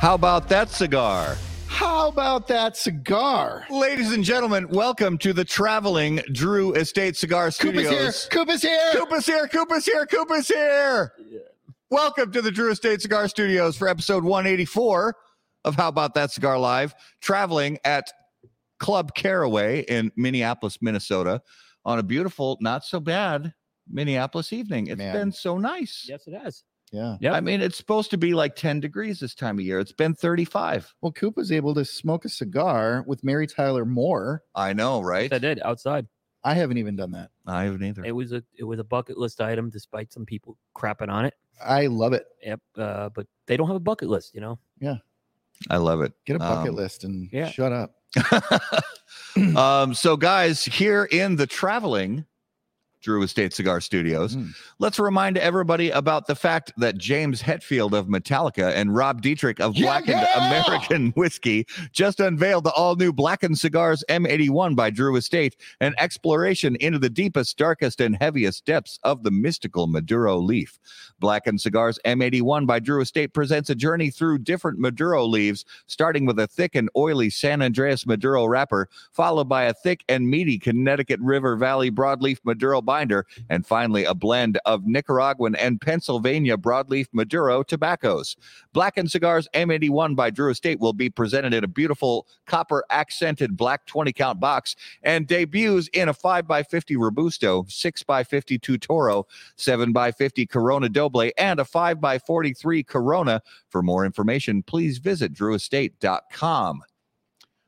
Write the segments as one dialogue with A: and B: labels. A: How about that cigar?
B: How about that cigar?
A: Ladies and gentlemen, welcome to the traveling Drew Estate Cigar
B: Koopa's here.
A: Studios.
B: Koopa's here.
A: Koopa's here. Koopa's here. Koopa's here. Welcome to the Drew Estate Cigar Studios for episode 184 of How About That Cigar Live, traveling at Club Caraway in Minneapolis, Minnesota, on a beautiful, not so bad Minneapolis evening. It's
B: Man.
A: been so nice.
C: Yes, it has.
B: Yeah.
C: Yep.
A: I mean, it's supposed to be like 10 degrees this time of year. It's been 35.
B: Well, Koopa's able to smoke a cigar with Mary Tyler Moore.
A: I know, right?
C: I did outside.
B: I haven't even done that.
A: I haven't either.
C: It was a it was a bucket list item, despite some people crapping on it.
B: I love it.
C: Yep. Uh, but they don't have a bucket list, you know.
A: I love it.
B: Get a bucket
A: Um,
B: list and
C: yeah.
B: shut up.
A: um, so, guys, here in the traveling Drew Estate Cigar Studios,
B: Mm.
A: let's remind everybody about the fact that James Hetfield of Metallica and Rob Dietrich of
B: Yeah,
A: Blackened
B: yeah!
A: American Whiskey just unveiled the all new Blackened Cigars M81 by Drew Estate, an exploration into the deepest, darkest, and heaviest depths of the mystical Maduro leaf. Blackened Cigars M81 by Drew Estate presents a journey through different Maduro leaves, starting with a thick and oily San Andreas Maduro wrapper, followed by a thick and meaty Connecticut River Valley broadleaf Maduro binder, and finally a blend of Nicaraguan and Pennsylvania broadleaf Maduro tobaccos. Black and Cigars M81 by Drew Estate will be presented in a beautiful copper accented black 20 count box and debuts in a 5x50 Robusto, 6x52 Toro, 7x50 Corona Doble, and a 5x43 Corona. For more information, please visit drewestate.com.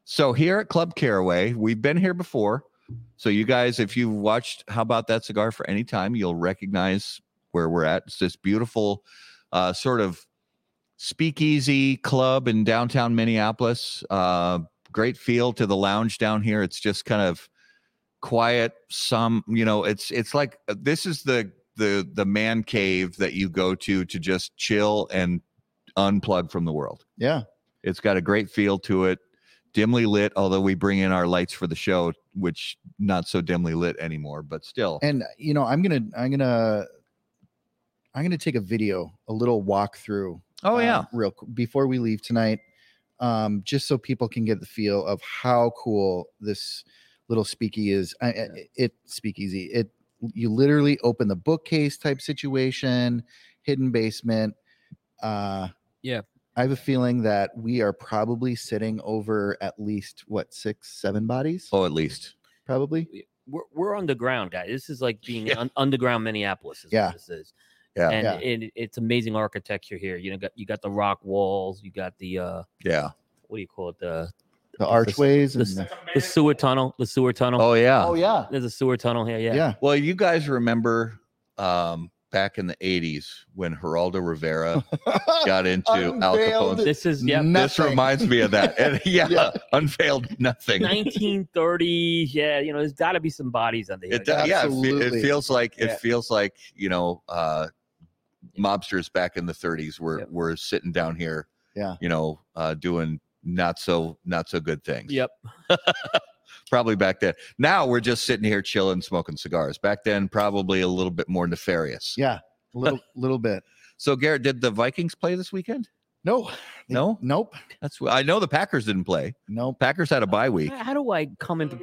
A: So here at Club Caraway, we've been here before. So you guys, if you've watched How About That Cigar for any time, you'll recognize where we're at. It's this beautiful uh, sort of speakeasy club in downtown Minneapolis. Uh, great feel to the lounge down here. It's just kind of quiet. Some, you know, it's it's like uh, this is the the the man cave that you go to to just chill and unplug from the world.
B: Yeah.
A: It's got a great feel to it. Dimly lit, although we bring in our lights for the show, which not so dimly lit anymore, but still.
B: And you know, I'm gonna I'm gonna I'm gonna take a video, a little walkthrough
A: oh
B: um,
A: yeah.
B: real qu- before we leave tonight um just so people can get the feel of how cool this little speakeasy is I, I- it speakeasy it you literally open the bookcase type situation hidden basement uh
C: Yeah.
B: i have a feeling that we are probably sitting over at least what six seven bodies
A: oh, at least.
B: probably
C: We're we're underground, guys. This is like being
A: Yeah.
C: un- underground Minneapolis. Is
B: Yeah.
C: What this is.
A: Yeah.
C: And
B: Yeah.
C: It, it's amazing architecture here. You know, got, you got the rock walls. You got the uh,
A: Yeah.
C: what do you call it? The
B: the archways and
C: this-
B: the-
C: the sewer tunnel. The sewer tunnel.
A: Oh yeah.
B: oh yeah
C: There's a sewer tunnel here. Yeah.
B: yeah
A: Well, you guys remember um, back in the 80s when Geraldo Rivera got into Al
B: Unveiled
A: Capone.
C: This is yeah.
A: This reminds me of that. And yeah,
B: Yeah.
A: unveiled nothing.
C: 1930. Yeah, you know, there's got to be some bodies on the
A: It does, yeah, it fe-
B: Absolutely.
A: it feels like
C: Yeah.
A: it feels like, you know, uh mobsters back in the 30s were
C: Yeah.
A: were sitting down here,
B: Yeah.
A: you know, uh doing not so not so good things.
C: Yep.
A: Probably back then. Now we're just sitting here chilling, smoking cigars. Back then, probably a little bit more nefarious.
B: yeah a little little bit
A: So Garrett, did the Vikings play this weekend?
B: no they-
A: No?
B: nope
A: That's what I know the Packers didn't play.
B: nope
A: Packers had a bye week.
C: How, how do I come into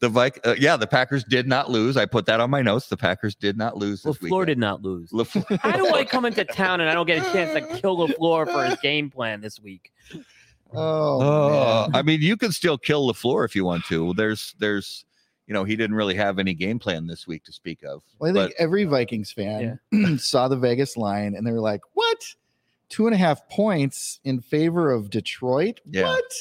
A: The Vic, uh, yeah, the Packers did not lose. I put that on my notes. The Packers did not lose.
C: Well,
A: This
C: Lafleur did not lose.
A: weekend. LaFleur-
C: How do I come into town and I don't get a chance to kill Lafleur for his game plan this week?
B: Oh,
A: Oh, I mean, you can still kill Lafleur if you want to. There's, there's, you know, he didn't really have any game plan this week to speak of.
B: well, I think every Vikings fan saw the Vegas line and they were like, "What? Two and a half points in favor of Detroit?
A: Yeah.
B: What?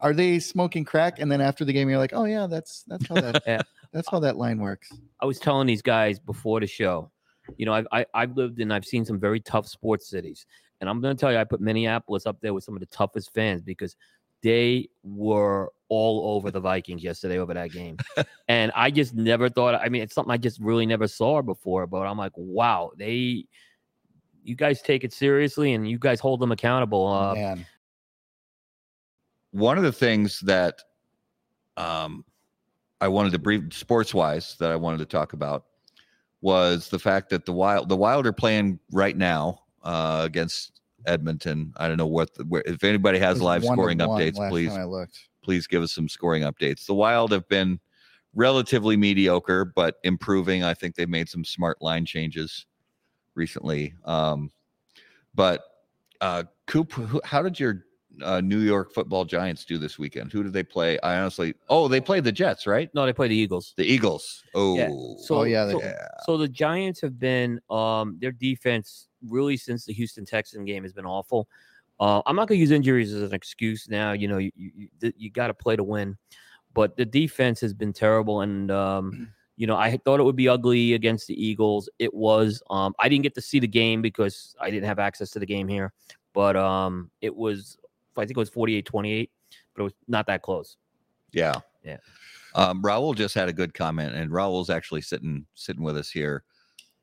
B: Are they smoking crack?" And then after the game, you're like, "Oh yeah, that's that's how that
C: Yeah.
B: that's how that line works."
C: I was telling these guys before the show, you know, I've, I, I've lived and I've seen some very tough sports cities. And I'm going to tell you, I put Minneapolis up there with some of the toughest fans because they were all over the Vikings yesterday over that game. and I just never thought, I mean, it's something I just really never saw before, but I'm like, wow, they, you guys take it seriously and you guys hold them accountable. Uh,
B: Man,
A: one of the things that um, I wanted to brief sports wise that I wanted to talk about was the fact that the wild the Wild are playing right now uh, against Edmonton. I don't know what the, where, if anybody has
B: was
A: live
B: one to
A: scoring
B: one
A: updates,
B: last
A: please
B: time I looked.
A: please give us some scoring updates. The Wild have been relatively mediocre, but improving. I think they've made some smart line changes recently. Um, but uh, Coop, who, how did your uh, New York Football Giants do this weekend? Who did they play? I honestly, oh, they played the Jets, right?
C: No, they play the Eagles.
A: The Eagles. Oh,
C: So,
B: Oh, yeah, they
C: so,
B: did.
C: so the Giants have been um their defense really since the Houston Texan game has been awful. Uh, I'm not going to use injuries as an excuse now. You know, you you, you, you got to play to win, but the defense has been terrible. And um, you know, I had thought it would be ugly against the Eagles. It was. Um, I didn't get to see the game because I didn't have access to the game here, but um, it was. I think it was 48-28, but it was not that close.
A: Yeah.
C: Yeah.
A: Um, Raul just had a good comment, and Raul's actually sitting sitting with us here.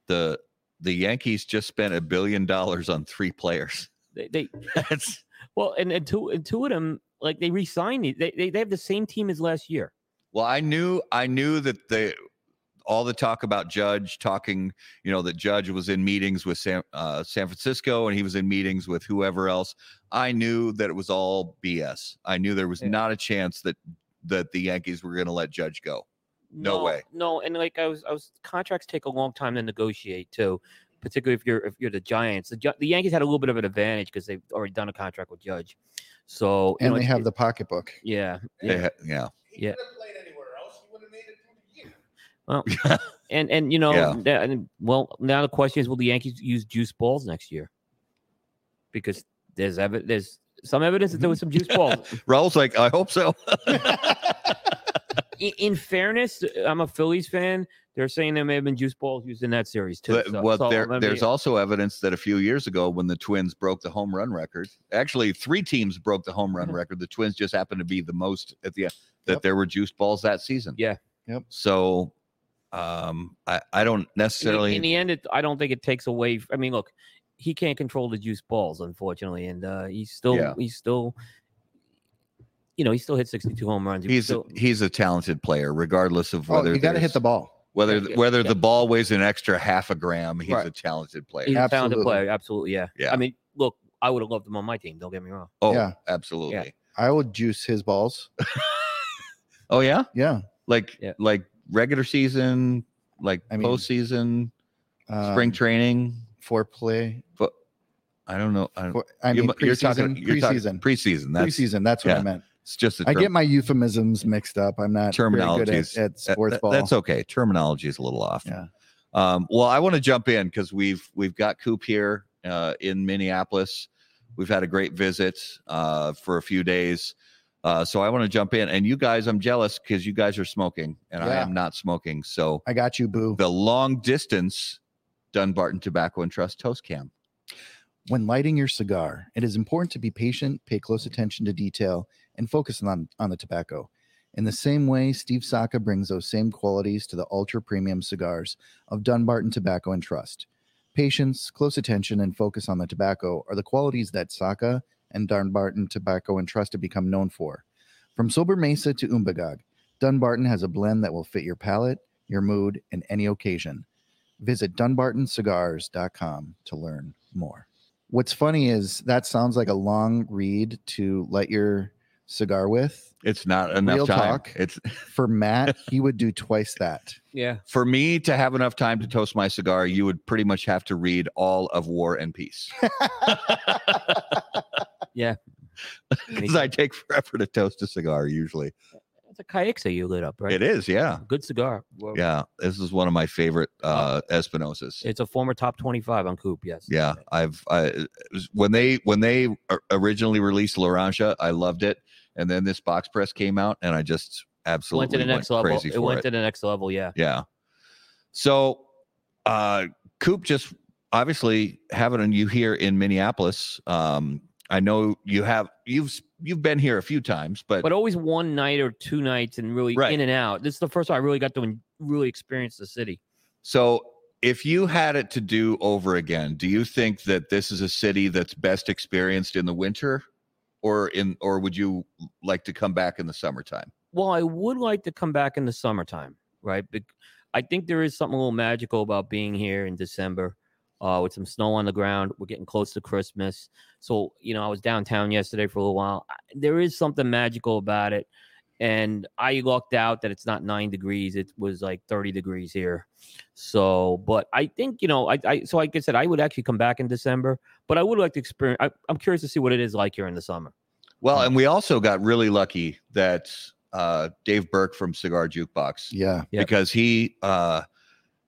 A: The the Yankees just spent a billion dollars on three players.
C: They, they
A: That's
C: Well, and, and two and two of them like they re-signed it. They, they they have the same team as last year.
A: well, I knew I knew that the all the talk about Judge talking, you know, that Judge was in meetings with San uh, San Francisco and he was in meetings with whoever else. I knew that it was all BS. I knew there was
C: Yeah.
A: not a chance that that the Yankees were going to let Judge go. No way.
C: No, and like I was, I was contracts take a long time to negotiate too, particularly if you're if you're the Giants. The, Gi- the Yankees had a little bit of an advantage because they've already done a contract with Judge, so you
B: And
C: know,
B: they
C: it's-
B: have the pocketbook.
C: yeah,
A: They
C: yeah.
A: ha- yeah.
D: He
C: Yeah.
D: could have played anywhere else. He would have made it through the year.
C: and and you know,
A: Yeah.
C: that- and, well, now the question is, will the Yankees use juice balls next year? Because there's evi- there's some evidence that there was some juice balls.
A: Raul's like, I hope so.
C: in, in fairness, I'm a Phillies fan. They're saying there may have been juice balls used in that series too.
A: But-
C: So-
A: well,
C: so,
A: there,
C: I mean,
A: there's also evidence that a few years ago, when the Twins broke the home run record, actually three teams broke the home run
C: Mhm.
A: record. The Twins just happened to be the most at the end. That
B: Yep.
A: there were juiced balls that season.
C: Yeah.
B: Yep.
A: So, um, I I don't
C: in the-
A: necessarily.
C: in the end, it, I don't think it takes away. f- I mean, look, he can't control the juice balls, unfortunately, and uh, he's still
A: Yeah.
C: he's still. You know, he still hit 62 home runs. He was
A: he's a,
C: still,
A: he's a talented player, regardless of
B: Oh,
A: whether
B: you got to
A: there's-
B: hit the ball.
A: whether
C: Yeah, yeah,
A: whether
C: yeah.
A: the ball weighs an extra half a gram. He's
B: Right.
A: a talented player.
C: he's a talented
B: Absolutely.
C: player. Absolutely, yeah.
A: Yeah.
C: I mean, look, I would have loved him on my team. Don't get me wrong.
A: oh,
B: yeah.
A: absolutely.
B: I would juice his balls.
A: Oh yeah,
B: Yeah.
A: like
C: Yeah.
A: like regular season, like
B: I mean,
A: postseason, spring
B: Um,
A: training.
B: foreplay.
A: I don't know. I don't,
B: For, I
A: You
B: mean,
A: mu-
B: preseason.
A: you're talking
B: preseason.
A: preseason. That's
B: preseason. That's what
A: yeah,
B: I meant.
A: it's just a
B: I
A: term.
B: get my euphemisms mixed up. I'm not very good at,
A: Terminologies.
B: at
A: That-
B: sports
A: that-
B: ball.
A: That's okay. Terminology is a little off.
B: Yeah.
A: Um, well, I want to jump in because we've we've got Coop here uh, in Minneapolis. We've had a great visit uh, for a few days. Uh, so I want to jump in, and you guys, I'm jealous because you guys are smoking, and I
B: Yeah.
A: am not smoking. So
B: I got you, boo.
A: the long distance Dunbarton Tobacco and Trust Toast Cam.
B: When lighting your cigar, it is important to be patient, pay close attention to detail, and focus on, on the tobacco. In the same way, Steve Saka brings those same qualities to the ultra premium cigars of Dunbarton Tobacco and Trust. Patience, close attention, and focus on the tobacco are the qualities that Saka and Dunbarton Tobacco and Trust have become known for. From Sober Mesa to Umbagog, Dunbarton has a blend that will fit your palate, your mood, and any occasion. Visit dunbartoncigars.com to learn more. What's funny is that sounds like a long read to light your cigar with.
A: It's not enough
B: Real
A: time.
B: talk.
A: It's
B: For Matt, he would do twice that.
C: Yeah.
A: for me to have enough time to toast my cigar, you would pretty much have to read all of War and Peace.
C: Yeah.
A: Because I take forever to toast a cigar usually.
C: That's a Caixa you lit up, right?
A: It is, yeah.
C: Good cigar. Well,
A: Yeah. This is one of my favorite uh Espinosas.
C: It's a former top 25 on Coop, yes.
A: Yeah, I've I, it was- when they when they o- originally released Laranja, I loved it, and then this box press came out, and I just
C: Went
A: absolutely
C: to the next level.
A: crazy
C: It
A: for
C: went
A: it.
C: to the next level, yeah.
A: Yeah. So, uh, Coop just obviously having you here in Minneapolis. Um, I know you have you've you've been here a few times, but,
C: but always one night or two nights and really
A: Right.
C: in and out. This is the first time I really got to en- really experience the city.
A: so if you had it to do over again, do you think that this is a city that's best experienced in the winter, or in or would you like to come back in the summertime?
C: Well, I would like to come back in the summertime, right? Bec- I think there is something a little magical about being here in December. uh, with some snow on the ground. We're getting close to Christmas. So, you know, I was downtown yesterday for a little while. I- There is something magical about it. And I lucked out that it's not nine degrees. It was like 30 degrees here. So, but I think, you know, I, I so like I said, I would actually come back in December, but I would like to experience, I, I'm curious to see what it is like here in the summer.
A: Well, and we also got really lucky that uh, Dave Burke from Cigar Jukebox,
B: Yeah.
C: Yep.
A: because he, uh,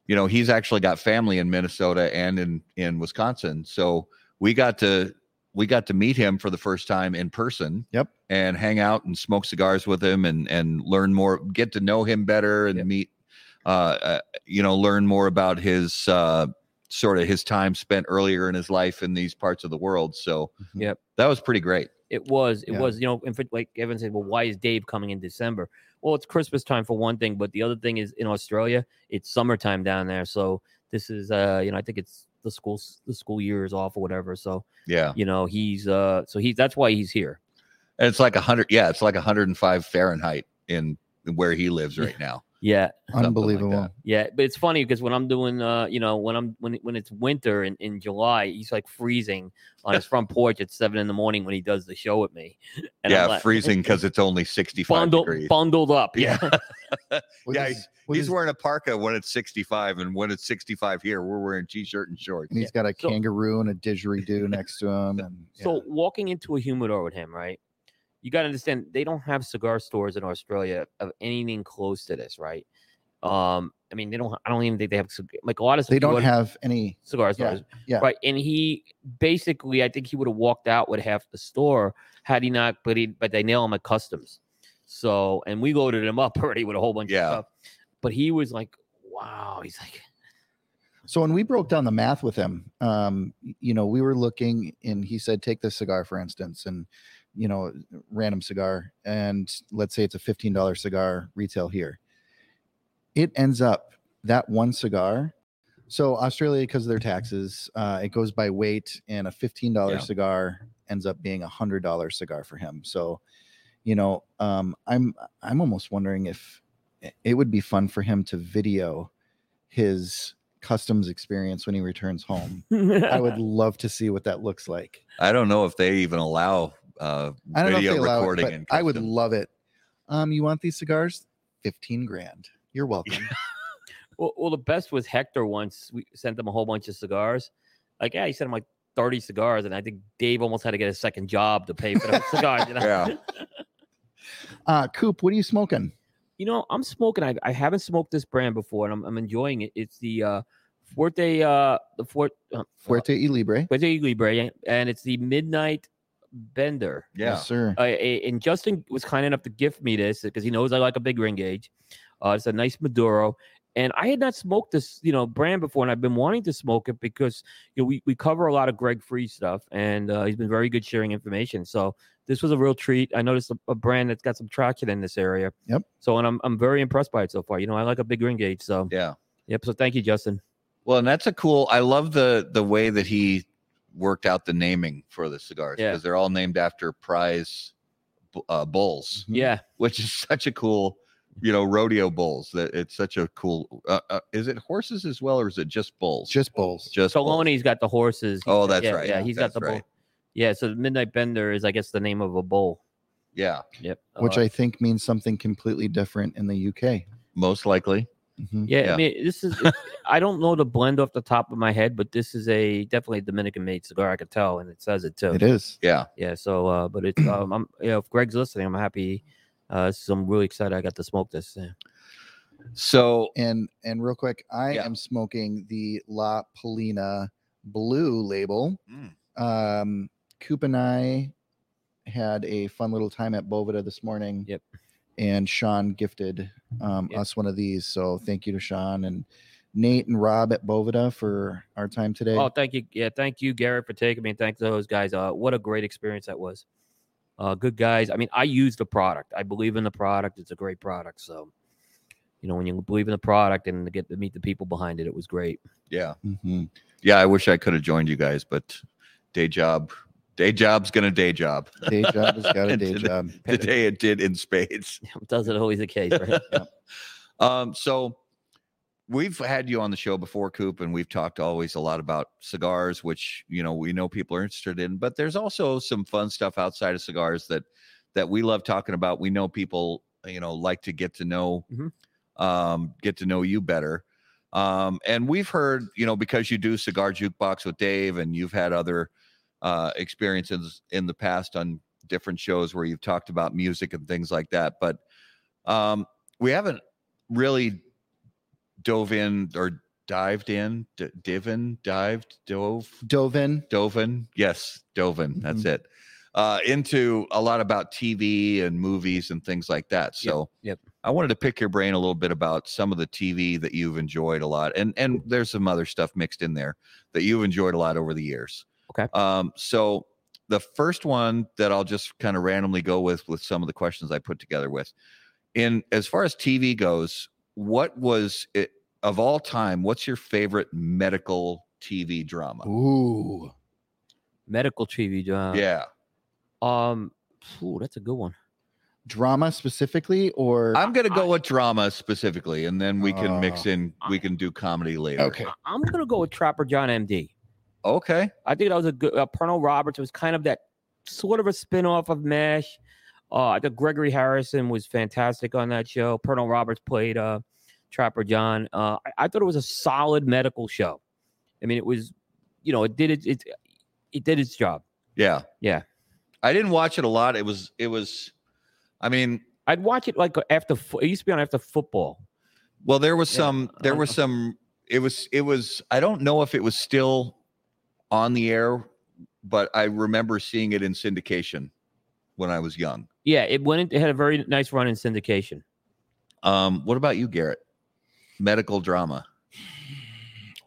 A: you know, he's actually got family in Minnesota and in in Wisconsin. So we got to we got to meet him for the first time in person.
B: Yep.
A: And hang out and smoke cigars with him and and learn more, get to know him better, and
C: Yep.
A: meet, uh, uh, you know, learn more about his uh, sort of his time spent earlier in his life in these parts of the world. So
C: Mm-hmm. Yep.
A: that was pretty great.
C: It was. It
B: Yeah.
C: was. You know, in fact, like Evan said, well, why is Dave coming in December? Well, it's Christmas time for one thing, but the other thing is in Australia, it's summertime down there. So this is, uh, you know, I think it's the school the school year is off or whatever. So
A: Yeah.
C: you know, he's uh, so he's that's why he's here.
A: And it's like 100 yeah, it's like 105 Fahrenheit in where he lives right now.
C: Yeah,
A: Something like
B: Unbelievable.
A: that.
C: yeah. But it's funny because when I'm doing, uh, you know, when I'm when when it's winter in in July, he's like freezing on his front porch at seven in the morning when he does the show with me. I'm
A: yeah,
C: like,
A: freezing cuz it's only 65
C: Bundled,
A: degrees.
C: bundled up.
A: Yeah.
B: What
A: Yeah,
B: is- what
A: He's
B: is-
A: wearing a parka when it's 65 and when it's 65 here, we're wearing t-shirt and shorts.
B: and he's got a
C: So-
B: kangaroo and a didgeridoo next to him. And yeah.
C: So walking into a humidor with him, right? You got to understand they don't have cigar stores in Australia of anything close to this, right? Um, I mean, they don't. I don't even think they have cig- like a lot of.
B: they
C: you
B: don't
C: order
B: have any.
C: cigar
B: yeah,
C: stores,
B: yeah.
C: right? And he basically, I think he would have walked out with half the store had he not. But he, but they nail him at customs. So, and we loaded him up already with a whole bunch
A: Yeah.
C: of stuff. But he was like, "Wow!" He's like,
B: So when we broke down the math with him, um, y- you know, we were looking and he said, take this cigar, for instance, and, you know, random cigar. And let's say it's a $15 cigar retail here. It ends up that one cigar. So Australia, because of their taxes, uh, it goes by weight and a $15
A: Yeah.
B: cigar ends up being a hundred dollar cigar for him. So, you know, um, I'm, I'm almost wondering if eh, it would be fun for him to video his customs experience when he returns home. I would love to see what that looks like.
A: I don't know if they even allow uh
B: I don't
A: video
B: know if they allow it,
A: recording
B: but
A: in
B: I would
A: custom.
B: love it. Um, you want these cigars? Fifteen grand. You're welcome.
C: Well, well, the best was Hector once. We sent him a whole bunch of cigars. Like, yeah, he sent him like 30 cigars. And I think Dave almost had to get a second job to pay for those cigars. You know?
A: Yeah.
B: Uh, Coop, what are you smoking?
C: You know, I'm smoking. I, I haven't smoked this brand before and I'm, I'm enjoying it. It's the uh, Forte, uh, the Fort, uh,
B: Fuerte y Libre.
C: Forte Eagle Brand, And it's the Midnight Bender.
A: Yeah.
B: Yes, sir.
C: uh, a- and Justin was kind enough to gift me this because he knows I like a big ring gauge. Uh, it's a nice Maduro, and I had not smoked this, you know, brand before, and I've been wanting to smoke it because you know we, we cover a lot of Greg Free stuff, and uh, he's been very good sharing information. So this was a real treat. I noticed a, a brand that's got some traction in this area.
B: Yep.
C: So and I'm I'm very impressed by it so far. You know, I like a big ring gauge. So
A: Yeah. Mm-hmm.
C: yep. So thank you, Justin.
A: Well, and that's a cool I love the the way that he worked out the naming for the cigars
C: Yeah.
A: because they're all named after prize bu- uh, bulls.
B: Mm-hmm.
C: Yeah.
A: which is such a cool you know rodeo bulls that it's such a cool uh, uh, is it horses as well or is it just bulls
B: Just bowls.
A: just bulls.
C: Soloni's got the horses. He's
A: Oh,
C: got-
A: that's
C: yeah,
A: right.
C: Yeah, he's
A: That's
C: got the
A: right.
C: bull. Yeah. So the Midnight Bender is, I guess, the name of a bull.
A: yeah
C: Yep.
B: Which
C: Uh,
B: I think means something completely different in the UK.
A: most likely
B: Mhm.
C: Yeah,
A: Yeah.
C: I mean, this is. I don't know the blend off the top of my head, but this is a definitely a Dominican made cigar. I could tell, and it says it too.
B: It is.
A: yeah
C: Yeah. So, uh, but it's. Um, I'm. You know, if Greg's listening, I'm happy. Uh, so I'm really excited. I got to smoke this. Yeah.
A: so
B: And and real quick, I
A: Yeah.
B: am smoking the La Polina Blue label.
A: Mm.
B: Um, Coop and I had a fun little time at Boveda this morning.
C: Yep.
B: And Sean gifted um,
C: Yep.
B: us one of these, so thank you to Sean and Nate and Rob at Boveda for our time today.
C: Oh, thank you. Yeah, thank you, Garrett, for taking me. And thank those guys. Uh, what a great experience that was. Uh, good guys. I mean, I use the product. I believe in the product. It's a great product. So, you know, when you believe in the product and to get to meet the people behind it, it was great.
A: yeah
B: Mhm.
A: yeah i wish i could have joined you guys but day job day job's gonna day job
B: Day job has got a day
A: Today.
B: job.
A: today it did in spades
C: Doesn't always the case, right?
A: um so we've had you on the show before, Coop, and we've talked always a lot about cigars, which you know we know people are interested in. But there's also some fun stuff outside of cigars that that we love talking about. We know people, you know, like to get to know
C: Mhm.
A: um, get to know you better. Um, and we've heard, you know, because you do cigar jukebox with Dave, and you've had other uh, experiences in the past on different shows where you've talked about music and things like that. But um, we haven't really dove in or dived in, d- divin, dived, dove,
B: Dove in.
A: dove in. Yes, dove
C: Mm-hmm.
A: in. That's
B: Mhm.
A: it. Uh, into a lot about TV and movies and things like that. So
C: yep.
A: I wanted to pick your brain a little bit about some of the TV that you've enjoyed a lot, and and there's some other stuff mixed in there that you've enjoyed a lot over the years.
C: Okay.
A: Um, so the first one that I'll just kind of randomly go with with some of the questions I put together with, in as far as TV goes, what was it of all time? What's your favorite medical TV drama?
B: Ooh.
C: Medical TV drama.
A: yeah,
C: Um. Ooh, that's a good one.
B: Drama specifically or
A: I'm gonna go with drama specifically, and then we can mix in. We can do comedy later.
B: okay.
C: I- I'm gonna go with Trapper John M.D.
A: Okay.
C: I think that was a good. Uh, Pernell Roberts was kind of that sort of a spin-off of Mash. Uh, I think Gregory Harrison was fantastic on that show. Pernell Roberts played uh, Trapper John. Uh, I, I thought it was a solid medical show. I mean, it was, you know, it did it. It, it did its job.
A: Yeah.
C: Yeah.
A: I didn't watch it a lot. It was it was I mean,
C: I'd watch it like after fo- it used to be on after football.
A: well there was
C: Yeah,
A: some there
C: I
A: was
C: know.
A: some it was it was I don't know if it was still on the air, but I remember seeing it in syndication when I was young.
C: Yeah, it went. in- It had a very nice run in syndication.
A: Um what about you, Garrett? Medical drama.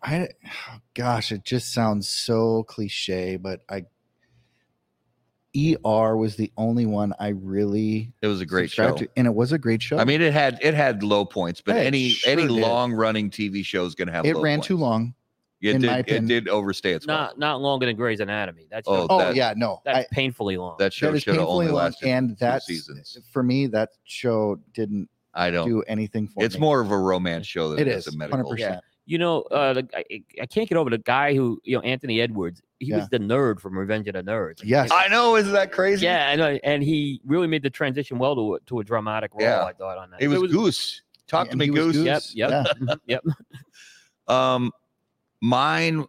B: I gosh, it just sounds so cliche, but I ER was the only one I really
A: It was a great show.
B: subscribed to, and it was a great show.
A: I mean it had it had low points, but
B: Yeah, it
A: any
B: sure
A: any
B: did.
A: long running TV show is gonna have
B: it
A: low
B: ran
A: points.
B: too long.
A: It
B: in
A: did
B: my
A: it
B: opinion.
A: did overstay its welcome.
C: Not not longer than Grey's Anatomy. That's
A: Oh,
B: Oh
A: that-
B: yeah, no,
C: that's
B: I,
C: painfully long.
A: that show
B: that is
A: should have only
B: painfully long,
A: lasted
B: and
A: two
B: that's
A: seasons.
B: for me. That show didn't
A: I don't
B: do anything for
A: it's
B: me.
A: more of a romance show than
B: It
A: it
B: is
A: is a medical.
B: 100%.
A: show.
C: you know, uh, the, guy- I, I can't get over the guy who, you know, Anthony Edwards. He
B: Yeah.
C: was the nerd from Revenge of the Nerds.
B: Yes,
A: I know, isn't that crazy?
C: Yeah, I know, and he really made the transition well to, a- to a dramatic role.
A: Yeah.
C: I thought on that.
A: It was,
C: It
A: Goose. Talk to
B: And
A: me,
B: he was
A: Goose.
B: Goose.
C: Yep, yep,
B: Yeah.
C: mhm, yep.
A: Um, mine,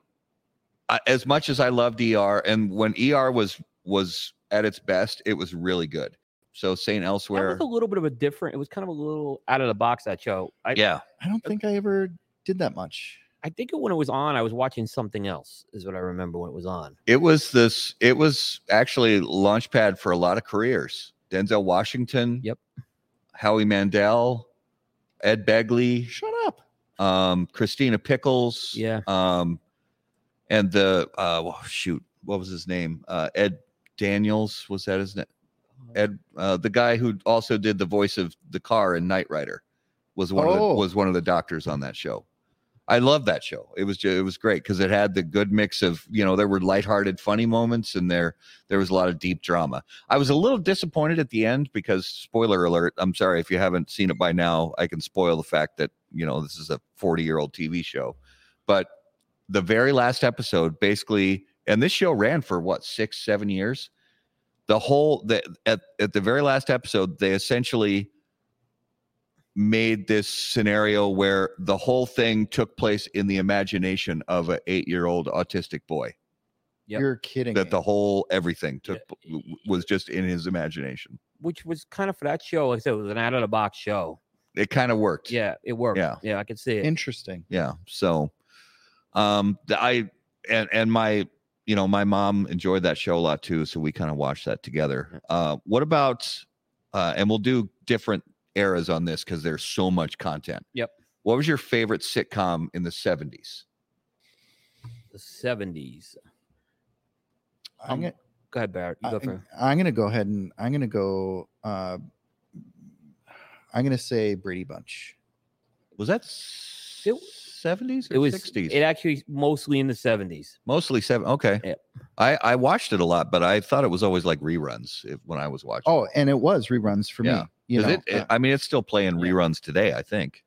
A: I- as much as I loved ER, and when ER was was at its best, it was really good. So Saint
C: That
A: Elsewhere,
C: was a little bit of a different. It was kind of a little out of the box that show. I,
A: yeah,
B: I don't think I ever did that much.
C: I think when it was on, I was watching something else. Is what I remember when it was on.
A: it was this. It was actually launchpad for a lot of careers. Denzel Washington,
C: Yep.
A: Howie Mandel, Ed Begley,
B: Shut up.
A: um, Christina Pickles,
C: Yeah.
A: um, and the uh, well, shoot, what was his name? Uh, Ed Daniels was that his name? Ed, uh, the guy who also did the voice of the car in Knight Rider, was one of the,
B: Oh.
A: was one of the doctors on that show. I love that show. It was just, it was great because it had the good mix of you know there were lighthearted, funny moments, and there there was a lot of deep drama. I was a little disappointed at the end because spoiler alert. I'm sorry if you haven't seen it by now. I can spoil the fact that you know this is a 40 year old TV show, but the very last episode basically, and this show ran for what six seven years. The whole the at at the very last episode, they essentially made this scenario where the whole thing took place in the imagination of an eight year old autistic boy.
C: Yep.
B: You're kidding.
A: That
B: me.
A: the whole everything took
C: Yeah.
A: w- was just in his imagination.
C: Which was kind of for that show. Like I said, it was an out of the box show.
A: It kind of worked.
C: Yeah, it worked.
A: Yeah.
C: yeah, I could see it.
B: interesting.
A: yeah so um the- i and and my you know my mom enjoyed that show a lot too so we kind of watched that together uh what about uh and we'll do different eras on this because there's so much content
C: Yep.
A: what was your favorite sitcom in the 70s
C: the seventies.
B: I'm gonna,
C: Go ahead, Barrett. You
B: I,
C: go for.
B: I'm gonna go ahead and I'm gonna go. Uh, I'm gonna say Brady Bunch.
A: was that
C: It-
A: 70s or
C: It was
A: 60s
C: It actually mostly in the seventies.
A: mostly seven okay
C: Yep.
A: i i watched it a lot but i thought it was always like reruns if, when i was watching
B: Oh, and it was reruns for
A: Yeah.
B: me. You
A: Is
B: know,
A: it-
B: uh,
A: i mean it's still playing
C: Yeah.
A: reruns today i think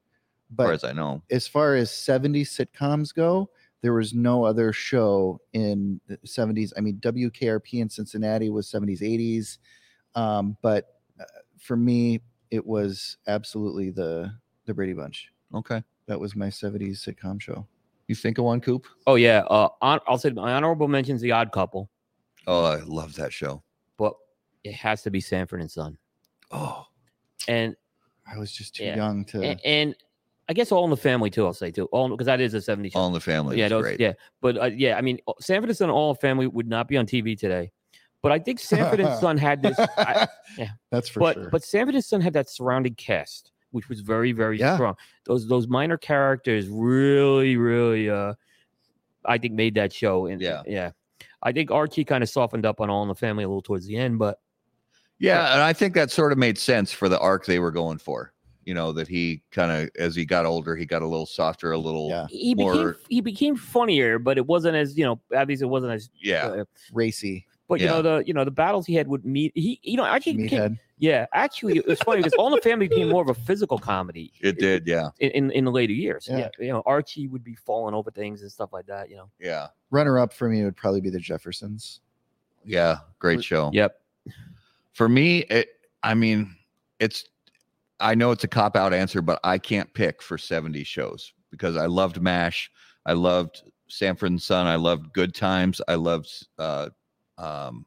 A: as
B: But
A: far as I know.
B: as far as 70s sitcoms go, there was no other show in the 70s. I mean, WKRP in Cincinnati was 70s, 80s. Um, but uh, for me, it was absolutely the the Brady Bunch.
A: Okay.
B: That was my 70s sitcom show.
A: You think of one, Coop?
C: Oh yeah. Uh, hon- I'll say my honorable mentions The Odd Couple,
A: Oh, I love that show.
C: but it has to be Sanford and Son.
A: Oh,
C: And
B: I was just too
C: Yeah.
B: young to.
C: and, and I guess All in the Family too. I'll say too. All because that is a '70s show.
A: All in the Family.
C: yeah,
A: is
C: those,
A: great.
C: yeah. But uh, yeah, I mean, Sanford and Son All in the Family would not be on TV today. But I think Sanford and Son had this. I, yeah.
B: That's for
C: but
B: sure.
C: but Sanford and Son had that surrounding cast, which was very very
B: Yeah.
C: strong. Those those minor characters really really uh, I think made that show. And
A: Yeah.
C: yeah, I think Archie kind of softened up on All in the Family a little towards the end, but
A: Yeah, and I think that sort of made sense for the arc they were going for. You know, that he kind of as he got older, he got a little softer, a little
B: Yeah.
C: he became
A: More-
C: he became funnier, but it wasn't as you know at least it wasn't as
A: yeah.
C: uh,
B: Racy.
C: but you know the you know the battles he had would meet he you know actually became,
B: Meathead.
C: Yeah, actually, it's funny because All in the Family became more of a physical comedy.
A: It did, yeah.
C: in in, in the later years.
B: Yeah.
C: Yeah. you know, Archie would be falling over things and stuff like that. You know.
A: Yeah.
B: Runner up for me would probably be the Jeffersons.
A: Yeah, great
B: Wh-
A: show.
C: Yep.
A: For me, it I mean, it's I know it's a cop out answer, but I can't pick for 70 shows because I loved MASH, I loved Sanford and Son, I loved Good Times, I loved uh um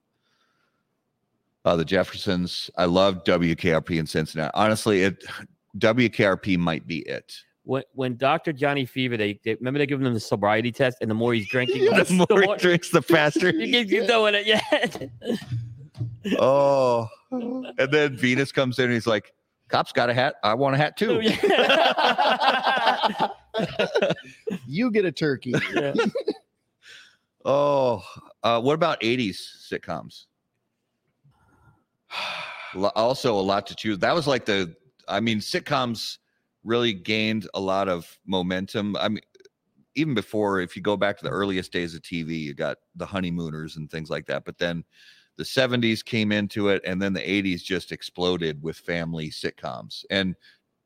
A: uh, the Jeffersons. I loved WKRP in Cincinnati. Honestly, it WKRP might be it.
C: When when Doctor Johnny Fever, they, they remember they giving him the sobriety test, and the more he's drinking,
B: Yes.
A: The more he
C: more-
A: drinks, the faster.
C: you keep you doing it. Yeah.
A: Oh, and then Venus comes in and he's like, "Cop's got a hat. I want a hat too."
C: Yeah.
B: You get a turkey.
C: Yeah.
A: Oh, uh, what about 80s sitcoms? Lo- Also, a lot to choose. That was like the, I mean, sitcoms really gained a lot of momentum. I mean, even before, if you go back to the earliest days of TV, you got the honeymooners and things like that. But then the 70s came into it, and then the 80s just exploded with family sitcoms. And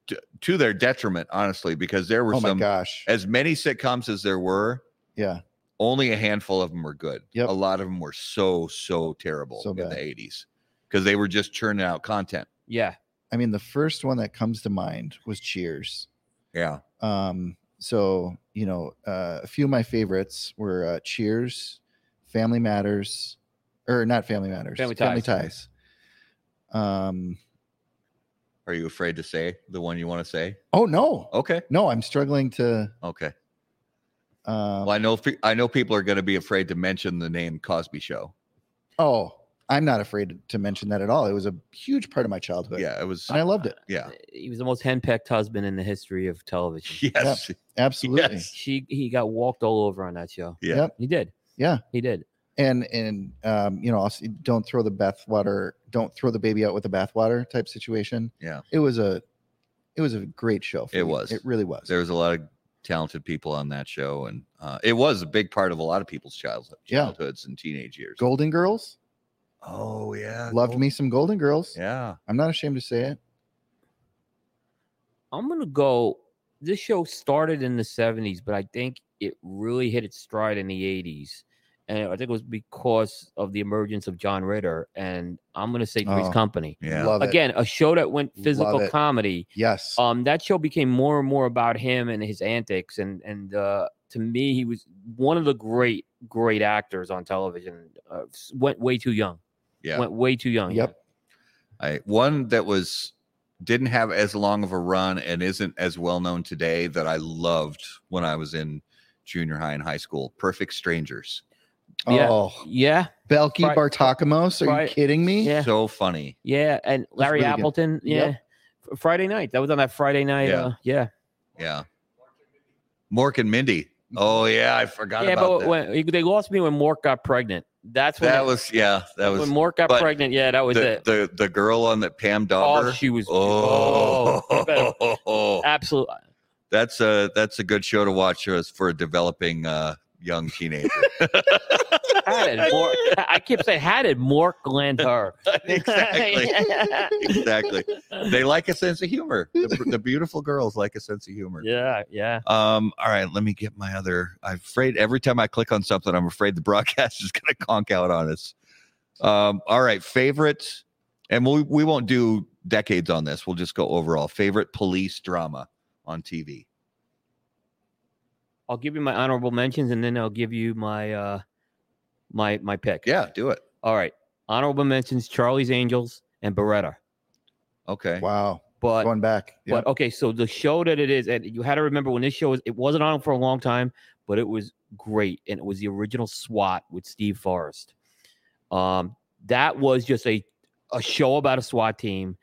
A: t- to their detriment, honestly, because there were
B: oh my
A: some,
B: gosh.
A: as many sitcoms as there were,
B: Yeah.
A: only a handful of them were good.
B: Yep.
A: A lot of them were so so terrible
B: So
A: in
B: bad.
A: the eighties because they were just churning out content.
C: yeah.
B: I mean, the first one that comes to mind was Cheers.
A: Yeah.
B: Um, so you know, uh, a few of my favorites were uh, Cheers, Family Matters, or not Family Matters,
C: Family
B: Ties. Um,
A: Are you afraid to say the one you want to say?
B: oh no,
A: Okay.
B: no, I'm struggling to.
A: Okay.
B: Um,
A: Well, I know fe- I know people are going to be afraid to mention the name Cosby Show.
B: oh, I'm not afraid to mention that at all. It was a huge part of my childhood.
A: yeah, it was.
B: and I loved it.
A: yeah.
C: He was the most henpecked husband in the history of television.
A: Yes.
B: Absolutely.
A: Yes.
C: She he got walked all over on that show.
A: Yeah.
B: Yep.
C: He did.
B: Yeah.
C: He did.
B: And and um, you know, also, don't throw the bathwater, don't throw the baby out with the bathwater type situation.
A: Yeah.
B: It was a, it was a great show. for
A: It
B: me.
A: was.
B: It really was.
A: There was a lot of talented people on that show, and uh, it was a big part of a lot of people's childhood,
B: Yeah.
A: childhoods and teenage years.
B: Golden Girls.
A: Oh yeah.
B: Loved
A: Gold-
B: me some Golden Girls.
A: Yeah.
B: I'm not ashamed to say it.
C: I'm gonna go. This show started in the '70s, but I think it really hit its stride in the '80s, and I think it was because of the emergence of John Ritter. And I'm gonna say Three's
B: Oh,
C: Company
A: Yeah.
B: Love it.
C: again, a show that went
B: Love
C: physical
B: it.
C: comedy.
B: Yes.
C: Um, that show became more and more about him and his antics, and and uh, to me, he was one of the great great actors on television. Uh, s- went way too young.
A: Yeah.
C: Went way too young.
B: yep.
A: I one that was didn't have as long of a run and isn't as well known today that I loved when I was in junior high and high school. Perfect Strangers.
C: Yeah.
B: Oh,
C: Yeah.
B: Belky
C: Fri-
B: Bartakamos. Are you
C: Fri-
B: kidding me?
C: Yeah.
A: So funny.
C: Yeah, and Larry
B: really good.
C: Appleton. Yeah,
B: Yep.
C: Fr- Friday night. That was on that Friday night.
A: Yeah.
C: Uh, yeah,
A: Yeah. Mork and Mindy. Oh yeah, I forgot
C: yeah.
A: about
C: But
A: that.
C: when they lost me when Mort got pregnant. That's when
A: that
C: it-
A: was yeah, that was
C: when Mort got
A: but
C: pregnant. Yeah, that was
A: the,
C: it.
A: the the girl on the Pam
C: oh,
A: Dauber.
C: she was. Oh,
A: Oh,
C: absolutely.
A: that's a that's a good show to watch uh, for a developing uh, young teenager.
C: had it more. I keep saying had it more Glenn her.
A: exactly. exactly. They like a sense of humor. The, the beautiful girls like a sense of humor.
C: yeah, yeah.
A: Um, all right, let me get my other. I'm afraid every time I click on something, I'm afraid the broadcast is going to conk out on us. Um, all right, favorite, and we we won't do decades on this. We'll just go overall favorite police drama on TV.
C: I'll give you my honorable mentions, and then I'll give you my uh my my pick.
A: Yeah, do it.
C: All right. Honorable mentions: Charlie's Angels and Beretta.
A: Okay.
B: Wow.
C: But
B: Going back. Yeah.
C: But okay, so the show that it is, and you had to remember when this show was, it wasn't on for a long time, but it was great, and it was the original SWAT with Steve Forrest. Um, that was just a a show about a SWAT team,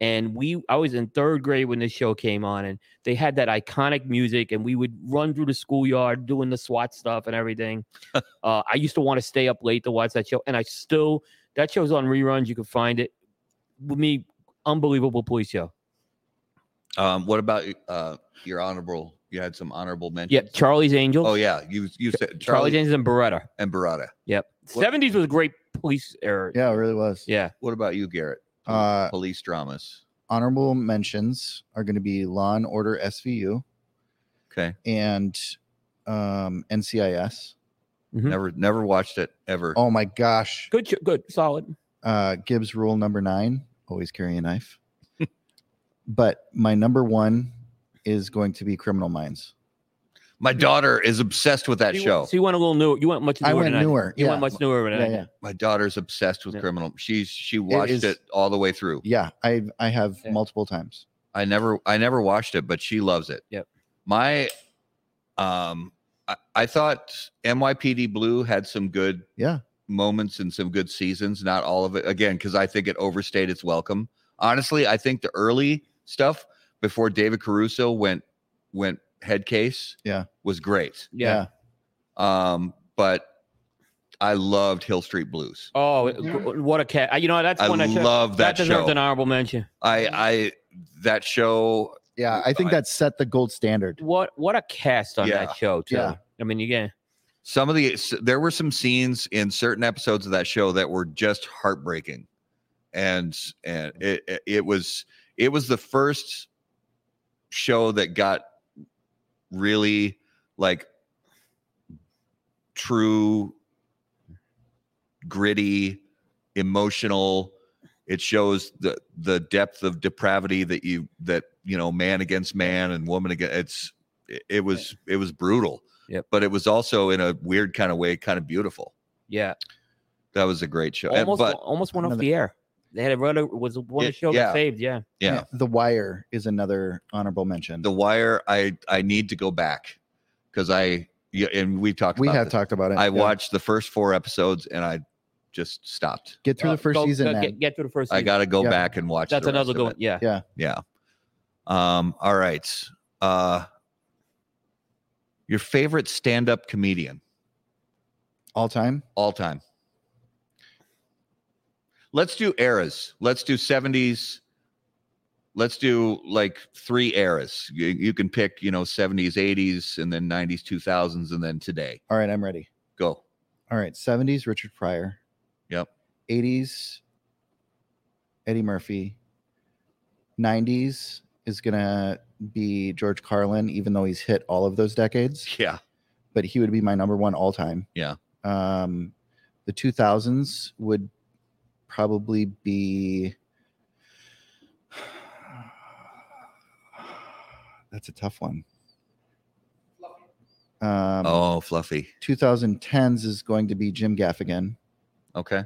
C: and we I was in third grade when this show came on, and they had that iconic music, and we would run through the schoolyard doing the SWAT stuff and everything. uh, I used to want to stay up late to watch that show, and I still that show's on reruns. You can find it. With me, unbelievable police show.
A: Um, what about uh your honorable? You had some honorable
C: Yeah,
A: mentions.
C: Charlie's Angels.
A: Oh yeah, you you said
C: Charlie
A: Charlie,
C: James and Beretta.
A: and Barada.
C: Yep.
A: What-
C: Seventies was a great police era.
B: Yeah, it really was.
C: Yeah.
A: What about you, Garrett?
B: Uh,
A: police dramas.
B: honorable mentions are going to be Law and Order SVU
A: Okay.
B: and um, NCIS.
C: Mhm.
A: Never never watched it ever.
B: Mm-hmm. Oh my gosh.
C: Good. sh- Good. Solid.
B: Uh, Gibbs rule number nine always carry a knife. but my number one is going to be Criminal Minds.
A: My daughter is obsessed with that
C: so you,
A: show.
C: So you went a little new. You went much. Newer
B: I went
C: than did.
B: newer.
C: You
B: yeah.
C: went much newer than
B: yeah,
C: I did.
B: yeah.
A: my daughter's obsessed with
C: Yeah.
A: criminal she's she watched it,
B: is-
A: all the way through
B: Yeah, I I have
C: Yeah.
B: multiple times.
A: i never i never watched it but she loves it
C: Yep.
A: my um I, I thought nypd blue had some good
B: Yeah.
A: moments and some good seasons not all of it again because i think it overstayed its welcome honestly i think the early stuff before david caruso went went head case
B: Yeah.
A: was great
C: Yeah.
A: um but i loved hill street blues
C: Oh, it- w- what a cat! You know that's
A: i
C: one I should-
A: love that,
C: that deserves
A: show
C: an honorable mention.
A: I I that show
B: yeah, I think
A: I-
B: that set the gold standard.
C: What what a cast on
A: Yeah.
C: that show too.
B: Yeah.
C: I mean, again,
A: some of the s- there were some scenes in certain episodes of that show that were just heartbreaking. And and it it- it was it was the first show that got really like true gritty emotional it shows the the depth of depravity that you that you know man against man and woman against it's it, it was it was brutal
C: Yep.
A: but it was also in a weird kind of way kind of beautiful
C: yeah,
A: that was a great show And-
C: almost
A: but
C: almost went off
B: Another-
C: the air. They had a rather was one
A: It-
C: of the show
A: yeah.
C: that saved. Yeah,
A: yeah
B: The Wire is another honorable mention.
A: the wire i i need to go back because i yeah, and we talked
B: we
A: about
B: have
A: this.
B: talked about it.
A: i
B: yeah.
A: watched the first four episodes and i just stopped
B: Get through
C: Uh,
B: the first
C: go-
B: season.
C: go-
B: man.
C: Get, get through the first.
A: I
C: season.
A: got to go
B: Yeah.
A: back and watch.
C: That's
A: the rest
C: another
A: of
C: good. one.
A: it.
C: Yeah.
A: Yeah. Um. All right. Uh. Your favorite stand-up comedian
B: All time.
A: all time. Let's do eras. Let's do seventies. Let's do like three eras. You, you can pick, you know, seventies, eighties, and then nineties, two thousands, and then today.
B: All right, I'm ready.
A: Go.
B: All right, 70s Richard Pryor.
A: Yep.
B: 80s Eddie Murphy. 90s is going to be George Carlin even though he's hit all of those decades,
A: Yeah.
B: but he would be my number 1 all time.
A: Yeah.
B: Um the 2000s would probably be That's a tough one. Um,
A: oh, fluffy.
B: 2010s is going to be Jim Gaffigan.
A: Okay.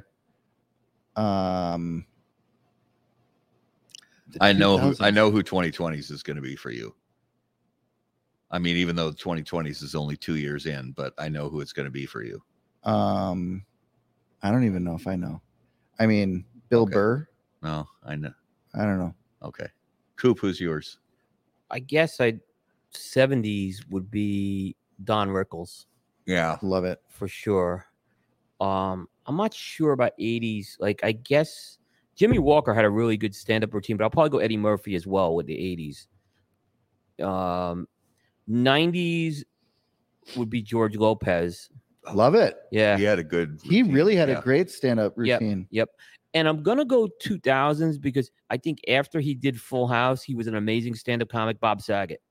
B: Um, the
A: I know. Who, I
B: 2000s.
A: know who 2020s is going to be for you. I mean, even though 2020s is only two years in, but I know who it's going to be for you.
B: Um, I don't even know if I know. I mean, Bill
A: Okay.
B: Burr.
A: No, Oh, I know.
B: I don't know.
A: Okay, Coop, who's yours?
C: I guess I seventies would be Don Rickles
A: Yeah,
B: Love it.
C: for sure. Um, I'm not sure about eighties. Like I guess Jimmy Walker had a really good stand-up routine, but I'll probably go Eddie Murphy as well with the eighties. Um nineties would be George Lopez.
B: Love it.
C: Yeah.
A: He had a good.
B: He
A: routine,
B: really had
A: yeah.
B: a great stand up
C: Yep.
B: routine.
C: And I'm gonna go 2000s because I think after he did Full House, he was an amazing stand-up comic, Bob Saget.